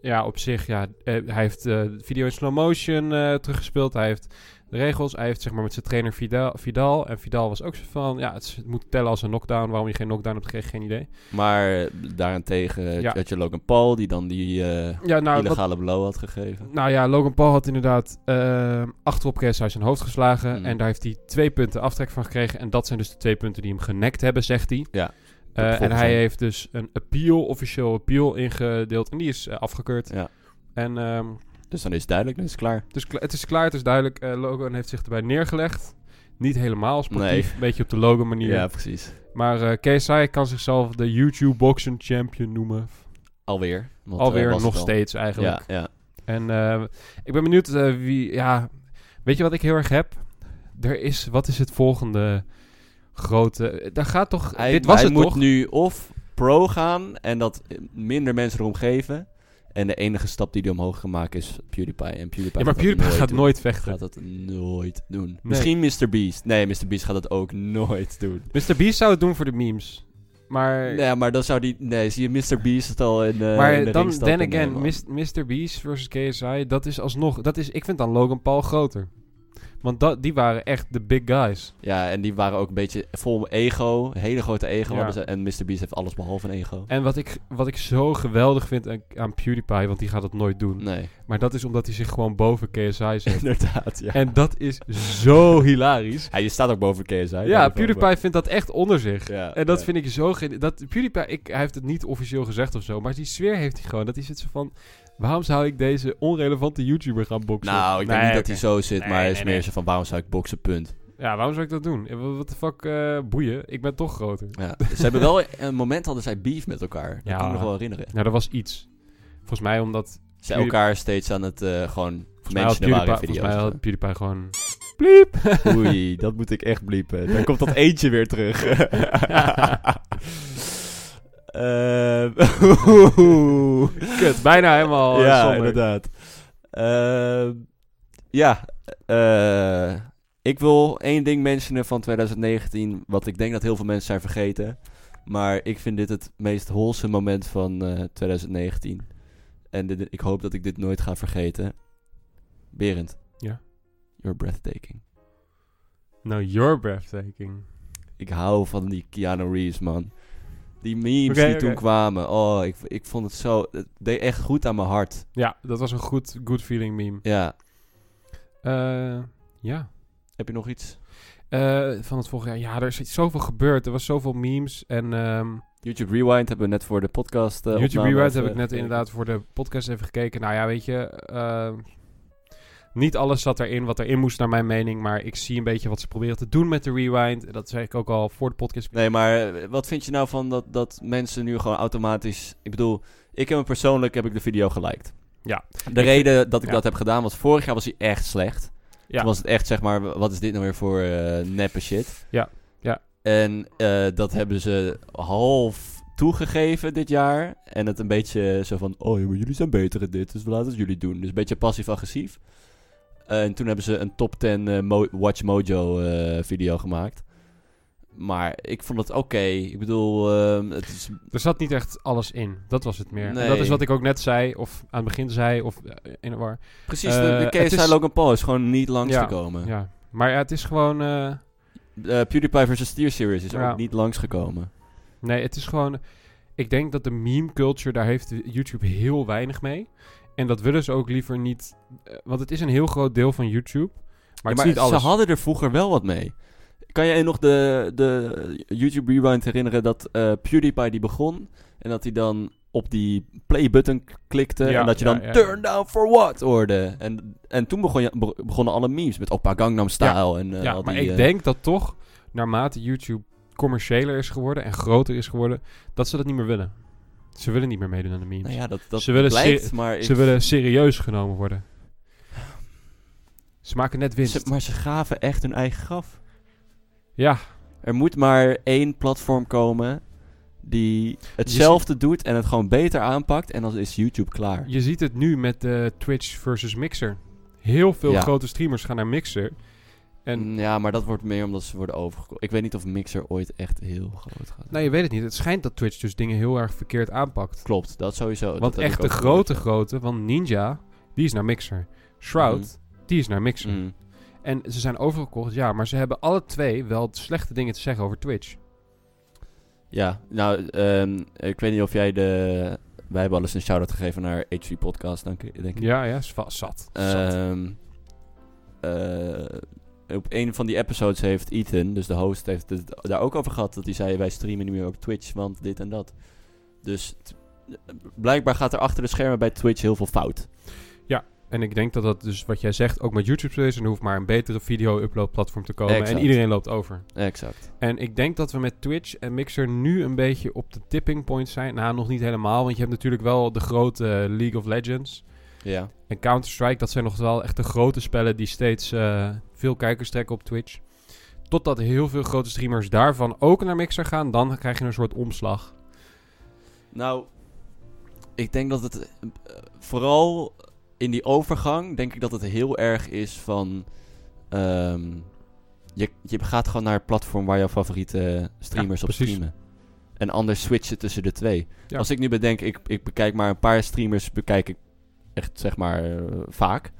Speaker 2: ja, op zich, ja, eh, hij heeft eh, video in slow motion eh, teruggespeeld. Hij heeft de regels. Hij heeft zeg maar met zijn trainer Vidal. Vidal en Vidal was ook zo van, ja, het, is- het moet tellen als een knockdown. Waarom je geen knockdown hebt gekregen, geen idee.
Speaker 1: Maar eh, daarentegen
Speaker 2: Ja.
Speaker 1: had je Logan Paul, die dan die eh,
Speaker 2: Ja, nou, wat-
Speaker 1: illegale blow had gegeven.
Speaker 2: nou ja, Logan Paul had inderdaad eh achterop kreeg hij zijn hoofd geslagen.
Speaker 1: Mm.
Speaker 2: En daar heeft hij twee punten aftrek van gekregen. En dat zijn dus de twee punten die hem genekt hebben, zegt hij.
Speaker 1: Ja.
Speaker 2: Eh, en
Speaker 1: Volgens
Speaker 2: hij
Speaker 1: hem.
Speaker 2: heeft dus een appeal, officieel appeal ingedeeld. En die is eh, afgekeurd.
Speaker 1: Ja.
Speaker 2: En ehm,
Speaker 1: Dus dan is het duidelijk, dan is het klaar.
Speaker 2: Het is, kla- het is klaar, het is duidelijk. eh, Logan heeft zich erbij neergelegd. Niet helemaal sportief, een beetje op de Logan manier.
Speaker 1: Ja, precies.
Speaker 2: Maar eh KSI kan zichzelf de YouTube Boxing Champion noemen.
Speaker 1: Alweer. want, eh,
Speaker 2: Alweer
Speaker 1: was
Speaker 2: nog
Speaker 1: het al.
Speaker 2: steeds eigenlijk.
Speaker 1: Ja, ja.
Speaker 2: En eh, ik ben benieuwd eh, wie... Ja, weet je wat ik heel erg heb? Er is... Wat is het volgende grote... eh, Daar gaat toch...
Speaker 1: Hij,
Speaker 2: dit was
Speaker 1: hij
Speaker 2: het
Speaker 1: moet
Speaker 2: toch?
Speaker 1: nu of pro gaan en dat minder mensen erom geven. En de enige stap die hij omhoog gaat maken is PewDiePie. En PewDiePie
Speaker 2: Ja, maar
Speaker 1: gaat dat
Speaker 2: PewDiePie
Speaker 1: nooit
Speaker 2: gaat
Speaker 1: doen.
Speaker 2: nooit vechten.
Speaker 1: Gaat dat nooit doen. Misschien Mr. Beast. Nee, Mr. Beast gaat dat ook nooit doen.
Speaker 2: Mr. Beast zou het doen voor de memes. Maar...
Speaker 1: Nee, maar dan zou die... Nee, zie je Mr. Beast het al in, eh in
Speaker 2: Maar
Speaker 1: de eh,
Speaker 2: dan,
Speaker 1: ring stappen?
Speaker 2: then
Speaker 1: Nee,
Speaker 2: again,
Speaker 1: man.
Speaker 2: Mist- Mr. Beast versus KSI, dat is alsnog, dat is, ik vind dan Logan Paul groter. Want dat, die waren echt de big guys.
Speaker 1: Ja, en die waren ook een beetje vol ego. Hele grote ego
Speaker 2: Ja.
Speaker 1: hadden ze. En Mr. Beast heeft alles behalve een ego.
Speaker 2: En wat ik, wat ik zo geweldig vind aan, aan PewDiePie, want die gaat dat nooit doen.
Speaker 1: Nee,
Speaker 2: Maar dat is omdat hij zich gewoon boven KSI zet.
Speaker 1: inderdaad, ja.
Speaker 2: en dat is zo hilarisch.
Speaker 1: Hij staat ook boven KSI.
Speaker 2: Ja, PewDiePie vindt dat echt onder zich.
Speaker 1: Ja,
Speaker 2: En dat
Speaker 1: ja.
Speaker 2: vind ik zo geniaal. Dat PewDiePie, ik, hij heeft het niet officieel gezegd of zo, maar die sfeer heeft hij gewoon. Dat is het zo van, waarom zou ik deze onrelevante YouTuber gaan boksen?
Speaker 1: Nou, ik denk
Speaker 2: Nee,
Speaker 1: niet dat
Speaker 2: oké.
Speaker 1: hij zo zit,
Speaker 2: Nee,
Speaker 1: maar hij is
Speaker 2: nee,
Speaker 1: meer
Speaker 2: nee.
Speaker 1: zo van waarom zou ik boksen, punt.
Speaker 2: Ja, waarom zou ik dat doen? Eh, wa- Wat de fuck, eh, boeien. Ik ben toch groter.
Speaker 1: Ja. ze hebben wel een moment hadden zij beef met elkaar. Dat
Speaker 2: Ja.
Speaker 1: kan ik me nog wel herinneren.
Speaker 2: Nou, dat was iets. Volgens mij omdat...
Speaker 1: Ze
Speaker 2: Pewdie-
Speaker 1: elkaar steeds aan het eh, gewoon
Speaker 2: Volgens mij had
Speaker 1: mensen waren in
Speaker 2: PewDiePie, volgens
Speaker 1: video's.
Speaker 2: mij
Speaker 1: of
Speaker 2: had PewDiePie gewoon...
Speaker 1: zo. Oei, dat moet ik echt bliepen. Dan komt dat eentje weer terug. Ehm, oeh.
Speaker 2: Kut, bijna helemaal eh,
Speaker 1: ja,
Speaker 2: somber.
Speaker 1: inderdaad. Ehm, ja, eh, ik wil één ding mentionen van 2019, wat ik denk dat heel veel mensen zijn vergeten. Maar ik vind dit het meest wholesome moment van eh, 2019. En dit- ik hoop dat ik dit nooit ga vergeten. Berend.
Speaker 2: Ja?
Speaker 1: You're breathtaking.
Speaker 2: Nou, you're breathtaking.
Speaker 1: Ik hou van die Keanu Reeves, man. Die memes
Speaker 2: Oké,
Speaker 1: die
Speaker 2: oké.
Speaker 1: toen kwamen. Oh, ik, ik vond het zo... Het deed echt goed aan mijn hart.
Speaker 2: Ja, dat was een goed, good feeling meme.
Speaker 1: Ja.
Speaker 2: Eh, ja.
Speaker 1: Heb je nog iets?
Speaker 2: Eh, van het vorige jaar. Ja, er is iets- zoveel gebeurd. Er was zoveel memes. En ehm,
Speaker 1: YouTube Rewind hebben we net voor de podcast. eh,
Speaker 2: YouTube
Speaker 1: opname
Speaker 2: Rewind
Speaker 1: even
Speaker 2: heb ik net
Speaker 1: gekeken.
Speaker 2: inderdaad voor de podcast even gekeken. Nou ja, weet je... ehm, niet alles zat erin wat erin moest, naar mijn mening. Maar ik zie een beetje wat ze proberen te doen met de rewind. Dat zei ik ook al voor de podcast.
Speaker 1: Nee, maar eh, wat vind je nou van dat, dat mensen nu gewoon automatisch. Ik bedoel, ik heb hem persoonlijk heb ik de video geliked.
Speaker 2: Ja.
Speaker 1: De
Speaker 2: Ik-
Speaker 1: reden dat ik
Speaker 2: ja.
Speaker 1: dat heb gedaan was vorig jaar was hij echt slecht.
Speaker 2: Ja.
Speaker 1: Toen was het echt zeg maar, wat is dit nou weer voor eh, neppe shit?
Speaker 2: Ja, ja.
Speaker 1: En eh, dat hebben ze half toegegeven dit jaar. En het een beetje zo van, oh ja, maar jullie zijn beter in dit, dus we laten het jullie doen. Dus een beetje passief-agressief. Eh, en toen hebben ze een top 10 eh, Mo- Watch Mojo eh, video gemaakt. Maar ik vond het oké. Ik bedoel, ehm, het is
Speaker 2: Er zat niet echt alles in. Dat was het meer. En dat
Speaker 1: Nee.
Speaker 2: is wat ik ook net zei, of aan het begin zei, of eh, in de war.
Speaker 1: precies
Speaker 2: Eh,
Speaker 1: de, de
Speaker 2: het
Speaker 1: case
Speaker 2: is-
Speaker 1: is... Logan Paul is gewoon niet langs
Speaker 2: Ja,
Speaker 1: te komen.
Speaker 2: Ja. Maar ja, het is gewoon... eh,
Speaker 1: Eh, PewDiePie versus Steer Series is
Speaker 2: Ja.
Speaker 1: ook niet langsgekomen.
Speaker 2: nee, het is gewoon... Ik denk dat de meme culture, daar heeft YouTube heel weinig mee. En dat willen ze ook liever niet... eh, want het is een heel groot deel van YouTube. Maar,
Speaker 1: Ja,
Speaker 2: het is niet alles.
Speaker 1: ze hadden er vroeger wel wat mee. Kan jij je nog de, de YouTube Rewind herinneren dat eh, PewDiePie die begon... en dat hij dan op die play-button k- klikte...
Speaker 2: Ja,
Speaker 1: en dat je
Speaker 2: ja,
Speaker 1: dan
Speaker 2: ja.
Speaker 1: turn down for what hoorde. En, en toen begon je, be- begonnen alle memes met Oppa Gangnam Style en eh,
Speaker 2: ja,
Speaker 1: al
Speaker 2: maar
Speaker 1: die...
Speaker 2: ik
Speaker 1: eh,
Speaker 2: denk dat toch, naarmate YouTube commerciëler is geworden en groter is geworden, dat ze dat niet meer willen. Ze willen niet meer meedoen aan de memes.
Speaker 1: nou ja, dat, dat
Speaker 2: Ze willen
Speaker 1: blijkt,
Speaker 2: se-
Speaker 1: maar... ik-
Speaker 2: Ze willen serieus genomen worden. Ze maken net winst.
Speaker 1: ze- maar ze gaven echt hun eigen graf.
Speaker 2: Ja,
Speaker 1: Er moet maar één platform komen... die hetzelfde doet en het gewoon beter aanpakt... en dan is YouTube klaar.
Speaker 2: je ziet het nu met eh, Twitch versus Mixer. Heel veel
Speaker 1: Ja. Mm.
Speaker 2: grote streamers gaan naar Mixer. En
Speaker 1: Ja, maar dat wordt meer omdat ze worden overgekomen. Ik weet niet of Mixer ooit echt heel groot gaat.
Speaker 2: nou, je weet het niet. Het schijnt dat Twitch dus dingen heel erg verkeerd aanpakt.
Speaker 1: Klopt, dat sowieso. Oh, Dat
Speaker 2: Want
Speaker 1: heb ik
Speaker 2: echt de
Speaker 1: ook gehoord, Mm,
Speaker 2: grote, grote, van Ninja, die is naar Mixer. Shroud, die is naar Mixer.
Speaker 1: ja. Mm.
Speaker 2: En ze zijn overgekocht, ja, maar ze hebben alle twee wel slechte dingen te zeggen over Twitch.
Speaker 1: Ja, nou, ehm, ik weet niet of jij de... Wij hebben al eens een shout-out gegeven naar H3 Podcast, dank je- denk ik.
Speaker 2: Ja, ja, is va- zat. zat.
Speaker 1: Ehm, eh, op een van die episodes heeft Ethan, dus de host, heeft het daar ook over gehad. Dat hij zei, wij streamen niet meer op Twitch, want dit en dat. Dus t- blijkbaar gaat er achter de schermen bij Twitch heel veel fout.
Speaker 2: En ik denk dat dat dus wat jij zegt ook met YouTube zo is. En er hoeft maar een betere video-upload platform te komen.
Speaker 1: Exact.
Speaker 2: En iedereen loopt over.
Speaker 1: Exact.
Speaker 2: En ik denk dat we met Twitch en Mixer nu een beetje op de tipping point zijn. Nou, nog niet helemaal, want je hebt natuurlijk wel de grote eh, League of Legends
Speaker 1: Ja.
Speaker 2: en Counter-Strike. Dat zijn nog wel echt de grote spellen die steeds eh, veel kijkers trekken op Twitch. Totdat heel veel grote streamers daarvan ook naar Mixer gaan, dan krijg je een soort omslag.
Speaker 1: Nou, ik denk dat het eh, vooral in die overgang, denk ik dat het heel erg is van. ehm, je, je gaat gewoon naar het platform waar jouw favoriete eh, streamers
Speaker 2: Ja,
Speaker 1: op
Speaker 2: precies.
Speaker 1: streamen. En anders switchen tussen de twee.
Speaker 2: Ja.
Speaker 1: Als ik nu bedenk, ik, ik bekijk maar een paar streamers, bekijk ik echt zeg maar eh, vaak.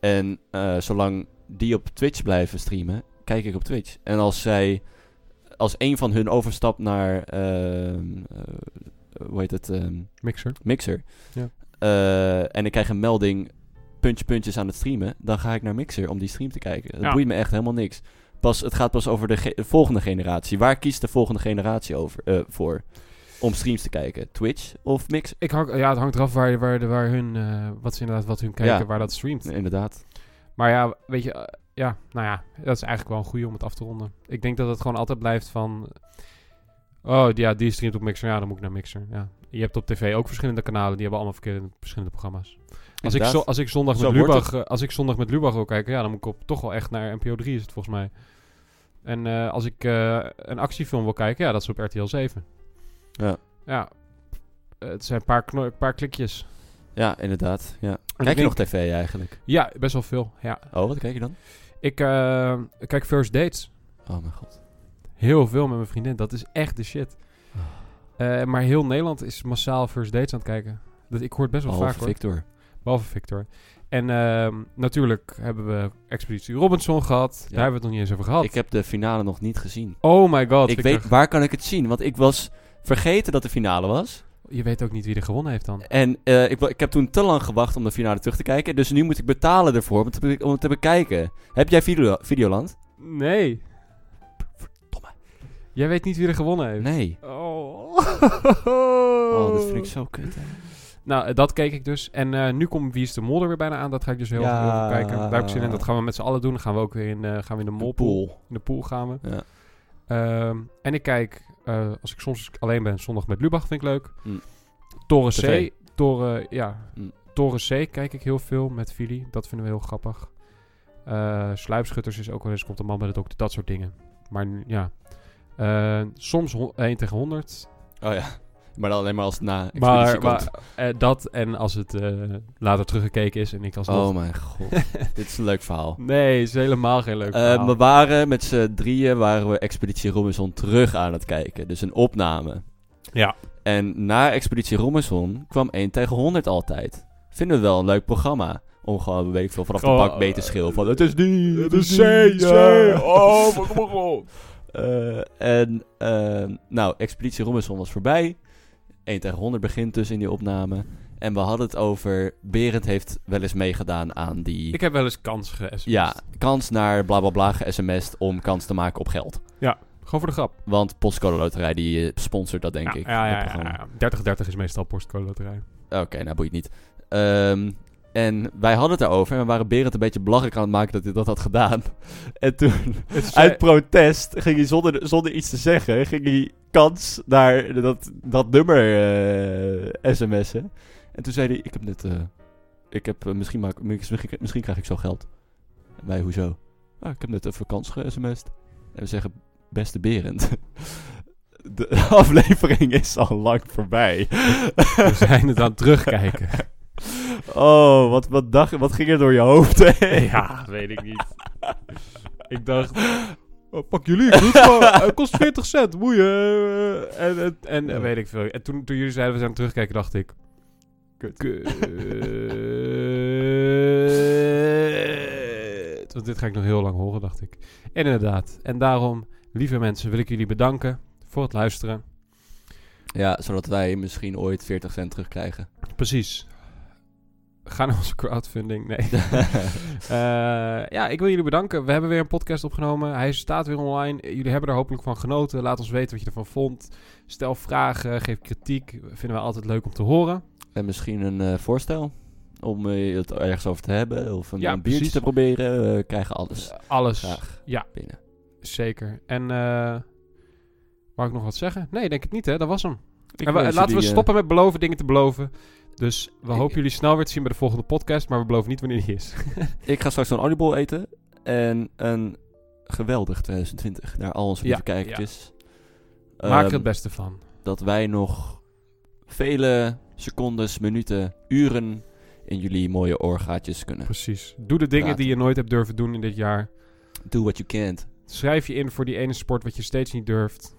Speaker 1: En eh, zolang die op Twitch blijven streamen, kijk ik op Twitch. En als zij, als een van hun overstapt naar, ehm, eh, hoe heet het, ehm,
Speaker 2: Mixer.
Speaker 1: Mixer.
Speaker 2: Ja.
Speaker 1: Eh, en ik krijg een melding, puntje puntjes aan het streamen. Dan ga ik naar Mixer om die stream te kijken. Dat
Speaker 2: Ja.
Speaker 1: boeit me echt helemaal niks. Pas, het gaat pas over de ge- volgende generatie. Waar kiest de volgende generatie over, eh, voor om streams te kijken? Twitch of Mixer?
Speaker 2: Ik hang, ja, het hangt eraf waar, waar, waar hun, eh, wat ze inderdaad, wat hun kijken,
Speaker 1: Ja.
Speaker 2: waar dat streamt.
Speaker 1: Nee, inderdaad.
Speaker 2: Maar ja, weet je, eh, ja, nou ja, dat is eigenlijk wel een goede om het af te ronden. Ik denk dat het gewoon altijd blijft van. Oh die- ja, die streamt op Mixer. Ja, dan moet ik naar Mixer. Ja. Je hebt op tv ook verschillende kanalen. Die hebben allemaal verkeerde, verschillende programma's. Als ik,
Speaker 1: Inderdaad.
Speaker 2: zo- als, ik zondag
Speaker 1: Zo
Speaker 2: met
Speaker 1: wordt
Speaker 2: Lubach, eh, als ik zondag met Lubach wil kijken, ja, dan moet ik op, toch wel echt naar NPO 3 is het volgens mij. En eh, als ik eh, een actiefilm wil kijken, ja, dat is op RTL 7.
Speaker 1: Ja.
Speaker 2: Ja. Eh, het zijn een paar, kno- paar klikjes. En
Speaker 1: Ja, inderdaad. Ja.
Speaker 2: ik
Speaker 1: Kijk je
Speaker 2: denk-
Speaker 1: nog tv eigenlijk?
Speaker 2: Ja, best wel veel. Ja.
Speaker 1: Oh, wat kijk je dan?
Speaker 2: Ik eh, kijk First Dates.
Speaker 1: Oh mijn god.
Speaker 2: Heel veel met mijn vriendin. Dat is echt de shit.
Speaker 1: Ah.
Speaker 2: Eh, maar heel Nederland is massaal first dates aan het kijken. Dat, ik hoor het best wel
Speaker 1: Behalve
Speaker 2: vaak hoor.
Speaker 1: Victor.
Speaker 2: Behalve Victor. En ehm, natuurlijk hebben we Expeditie Robinson gehad.
Speaker 1: Ja.
Speaker 2: Daar hebben we het nog niet eens over gehad.
Speaker 1: Ik heb de finale nog niet gezien.
Speaker 2: oh my god,
Speaker 1: ik
Speaker 2: Victor.
Speaker 1: weet, waar kan ik het zien? Want ik was vergeten dat de finale was.
Speaker 2: Je weet ook niet wie er gewonnen heeft dan.
Speaker 1: En eh, ik, wa- ik heb toen te lang gewacht om de finale terug te kijken. Dus nu moet ik betalen ervoor om het te, be- om het te bekijken. Heb jij Video Videoland?
Speaker 2: Nee.
Speaker 1: Verdomme.
Speaker 2: Jij weet niet wie er gewonnen heeft.
Speaker 1: Nee.
Speaker 2: Oh.
Speaker 1: Oh, dat vind ik zo kut. hè.
Speaker 2: Nou, eh, dat keek ik dus. En eh, nu komt Wie is de Mol er weer bijna aan. Dat ga ik dus heel
Speaker 1: Ja.
Speaker 2: heel veel kijken. Daar heb ik zin in. Dat gaan we met z'n allen doen. Dan gaan we ook weer in, eh, gaan we in de molpool. In de pool gaan we.
Speaker 1: Ja.
Speaker 2: Ehm, en ik kijk, eh, als ik soms alleen ben, zondag met Lubach vind ik leuk.
Speaker 1: Mm.
Speaker 2: Toren
Speaker 1: TV.
Speaker 2: C. Toren, ja.
Speaker 1: Mm.
Speaker 2: Toren C kijk ik heel veel met Fili. Dat vinden we heel grappig. Eh, Sluipschutters is ook wel eens, komt een man bij de dokter. Dat soort dingen. Maar n- ja. Eh, soms 1 tegen 100.
Speaker 1: Oh ja. Maar dan alleen maar als het na
Speaker 2: Maar,
Speaker 1: expeditie komt.
Speaker 2: maar eh, dat en als het eh, later teruggekeken is en ik als
Speaker 1: Oh mijn god. Dit is een leuk verhaal.
Speaker 2: Nee, is helemaal geen leuk
Speaker 1: Eh,
Speaker 2: verhaal.
Speaker 1: we waren met z'n drieën waren we Expeditie Robinson terug aan het kijken. Dus een opname.
Speaker 2: Ja.
Speaker 1: En na Expeditie Robinson kwam 1 tegen 100 altijd. Vinden we wel een leuk programma. Om gewoon, weet ik veel, vanaf
Speaker 2: Gewoon,
Speaker 1: de bak mee te
Speaker 2: eh,
Speaker 1: schreeuwen. Van, het is die,
Speaker 2: Het
Speaker 1: het
Speaker 2: is
Speaker 1: is eh.
Speaker 2: C,
Speaker 1: die, ja."
Speaker 2: C. Oh, mijn god.
Speaker 1: Eh, en, ehm, nou, Expeditie Robinson was voorbij. 1 tegen 100 begint dus in die opname. En we hadden het over, Berend heeft wel eens meegedaan aan die...
Speaker 2: Ik heb wel eens kans ge
Speaker 1: Ja, kans naar bla bla bla ge-sms'd om kans te maken op geld.
Speaker 2: Gewoon voor de grap.
Speaker 1: Want Postcode Loterij die eh, sponsort dat, denk
Speaker 2: ja,
Speaker 1: ik.
Speaker 2: Ja,
Speaker 1: dat
Speaker 2: ja, ja,
Speaker 1: programma.
Speaker 2: ja. 30-30 is meestal postcode loterij.
Speaker 1: Oké, nou boeit niet. Ehm, en wij hadden het erover en we waren Berend een beetje belachelijk aan het maken dat hij dat had gedaan. En toen, uit protest, ging hij zonder, zonder iets te zeggen, ging hij kans naar dat, dat nummer eh, sms'en. En toen zei hij, ik heb net, eh, ik heb, eh, misschien, maak, misschien, misschien krijg ik zo geld. En wij, hoezo? Ah, ik heb net even kans ge-sms'd. En we zeggen, beste Berend. De aflevering is al lang voorbij.
Speaker 2: We zijn het aan het terugkijken.
Speaker 1: Oh, wat, wat, dacht, wat ging er door je hoofd? hè?
Speaker 2: weet ik niet. ik dacht, oh, pak jullie, ik doe het gewoon. Het kost 40 cent, moeie. eh, En, en, en, en weet ik veel. En toen, toen jullie zeiden, we zijn aan het terugkijken, dacht ik...
Speaker 1: Kut. Eh,
Speaker 2: Kut. Want dit ga ik nog heel lang horen, dacht ik. En inderdaad. En daarom, lieve mensen, wil ik jullie bedanken voor het luisteren.
Speaker 1: Ja, zodat wij misschien ooit 40 cent terugkrijgen.
Speaker 2: Precies. Ga naar onze crowdfunding. Nee. Eh, ja, ik wil jullie bedanken. We hebben weer een podcast opgenomen. Hij staat weer online. Eh, Jullie hebben er hopelijk van genoten. Laat ons weten wat je ervan vond. Stel vragen, geef kritiek. Vinden we altijd leuk om te horen.
Speaker 1: en misschien een eh, voorstel om eh, het ergens over te hebben. Of een,
Speaker 2: Ja,
Speaker 1: een biertje
Speaker 2: precies.
Speaker 1: te proberen. Eh, We krijgen alles
Speaker 2: Alles.
Speaker 1: graag
Speaker 2: ja.
Speaker 1: binnen.
Speaker 2: Zeker. En eh wou ik nog wat zeggen? Nee, denk ik niet hè. Dat was hem.
Speaker 1: Ik
Speaker 2: En we-
Speaker 1: wens
Speaker 2: laten we
Speaker 1: jullie, eh,
Speaker 2: stoppen met beloven dingen te beloven. Dus we
Speaker 1: Ik-
Speaker 2: hopen jullie snel weer te zien bij de volgende podcast. Maar we beloven niet wanneer die is.
Speaker 1: Ik ga straks een oliebol eten. En een geweldig 2020 naar al onze
Speaker 2: Ja,
Speaker 1: lieve kijkertjes.
Speaker 2: Maak er
Speaker 1: Ehm,
Speaker 2: het beste van.
Speaker 1: Dat wij nog vele secondes, minuten, uren in jullie mooie oorgaatjes kunnen.
Speaker 2: Precies. Doe de dingen
Speaker 1: Praten.
Speaker 2: die je nooit hebt durven doen in dit jaar.
Speaker 1: Do what you can't.
Speaker 2: Schrijf je in voor die ene sport wat je steeds niet durft.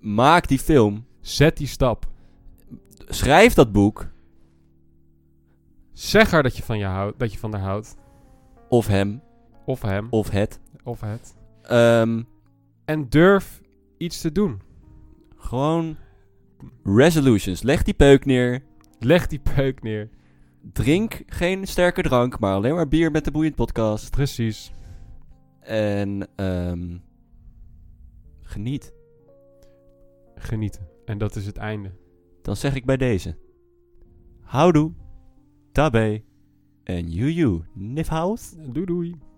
Speaker 1: Maak die film.
Speaker 2: Zet die stap.
Speaker 1: Schrijf dat boek.
Speaker 2: Zeg haar dat je van, je houdt, dat je van haar houdt.
Speaker 1: Of hem.
Speaker 2: Of hem.
Speaker 1: Of het.
Speaker 2: Of het.
Speaker 1: Ehm,
Speaker 2: En durf iets te doen.
Speaker 1: gewoon resolutions. Leg die peuk neer.
Speaker 2: Leg die peuk neer.
Speaker 1: Drink geen sterke drank, maar alleen maar bier met de boeiend podcast.
Speaker 2: Precies.
Speaker 1: En ehm, geniet.
Speaker 2: Genieten. En dat is het einde.
Speaker 1: Dan zeg ik bij deze. Houdoe. Tabé. En joejoe. Nifhaus.
Speaker 2: Doei doei.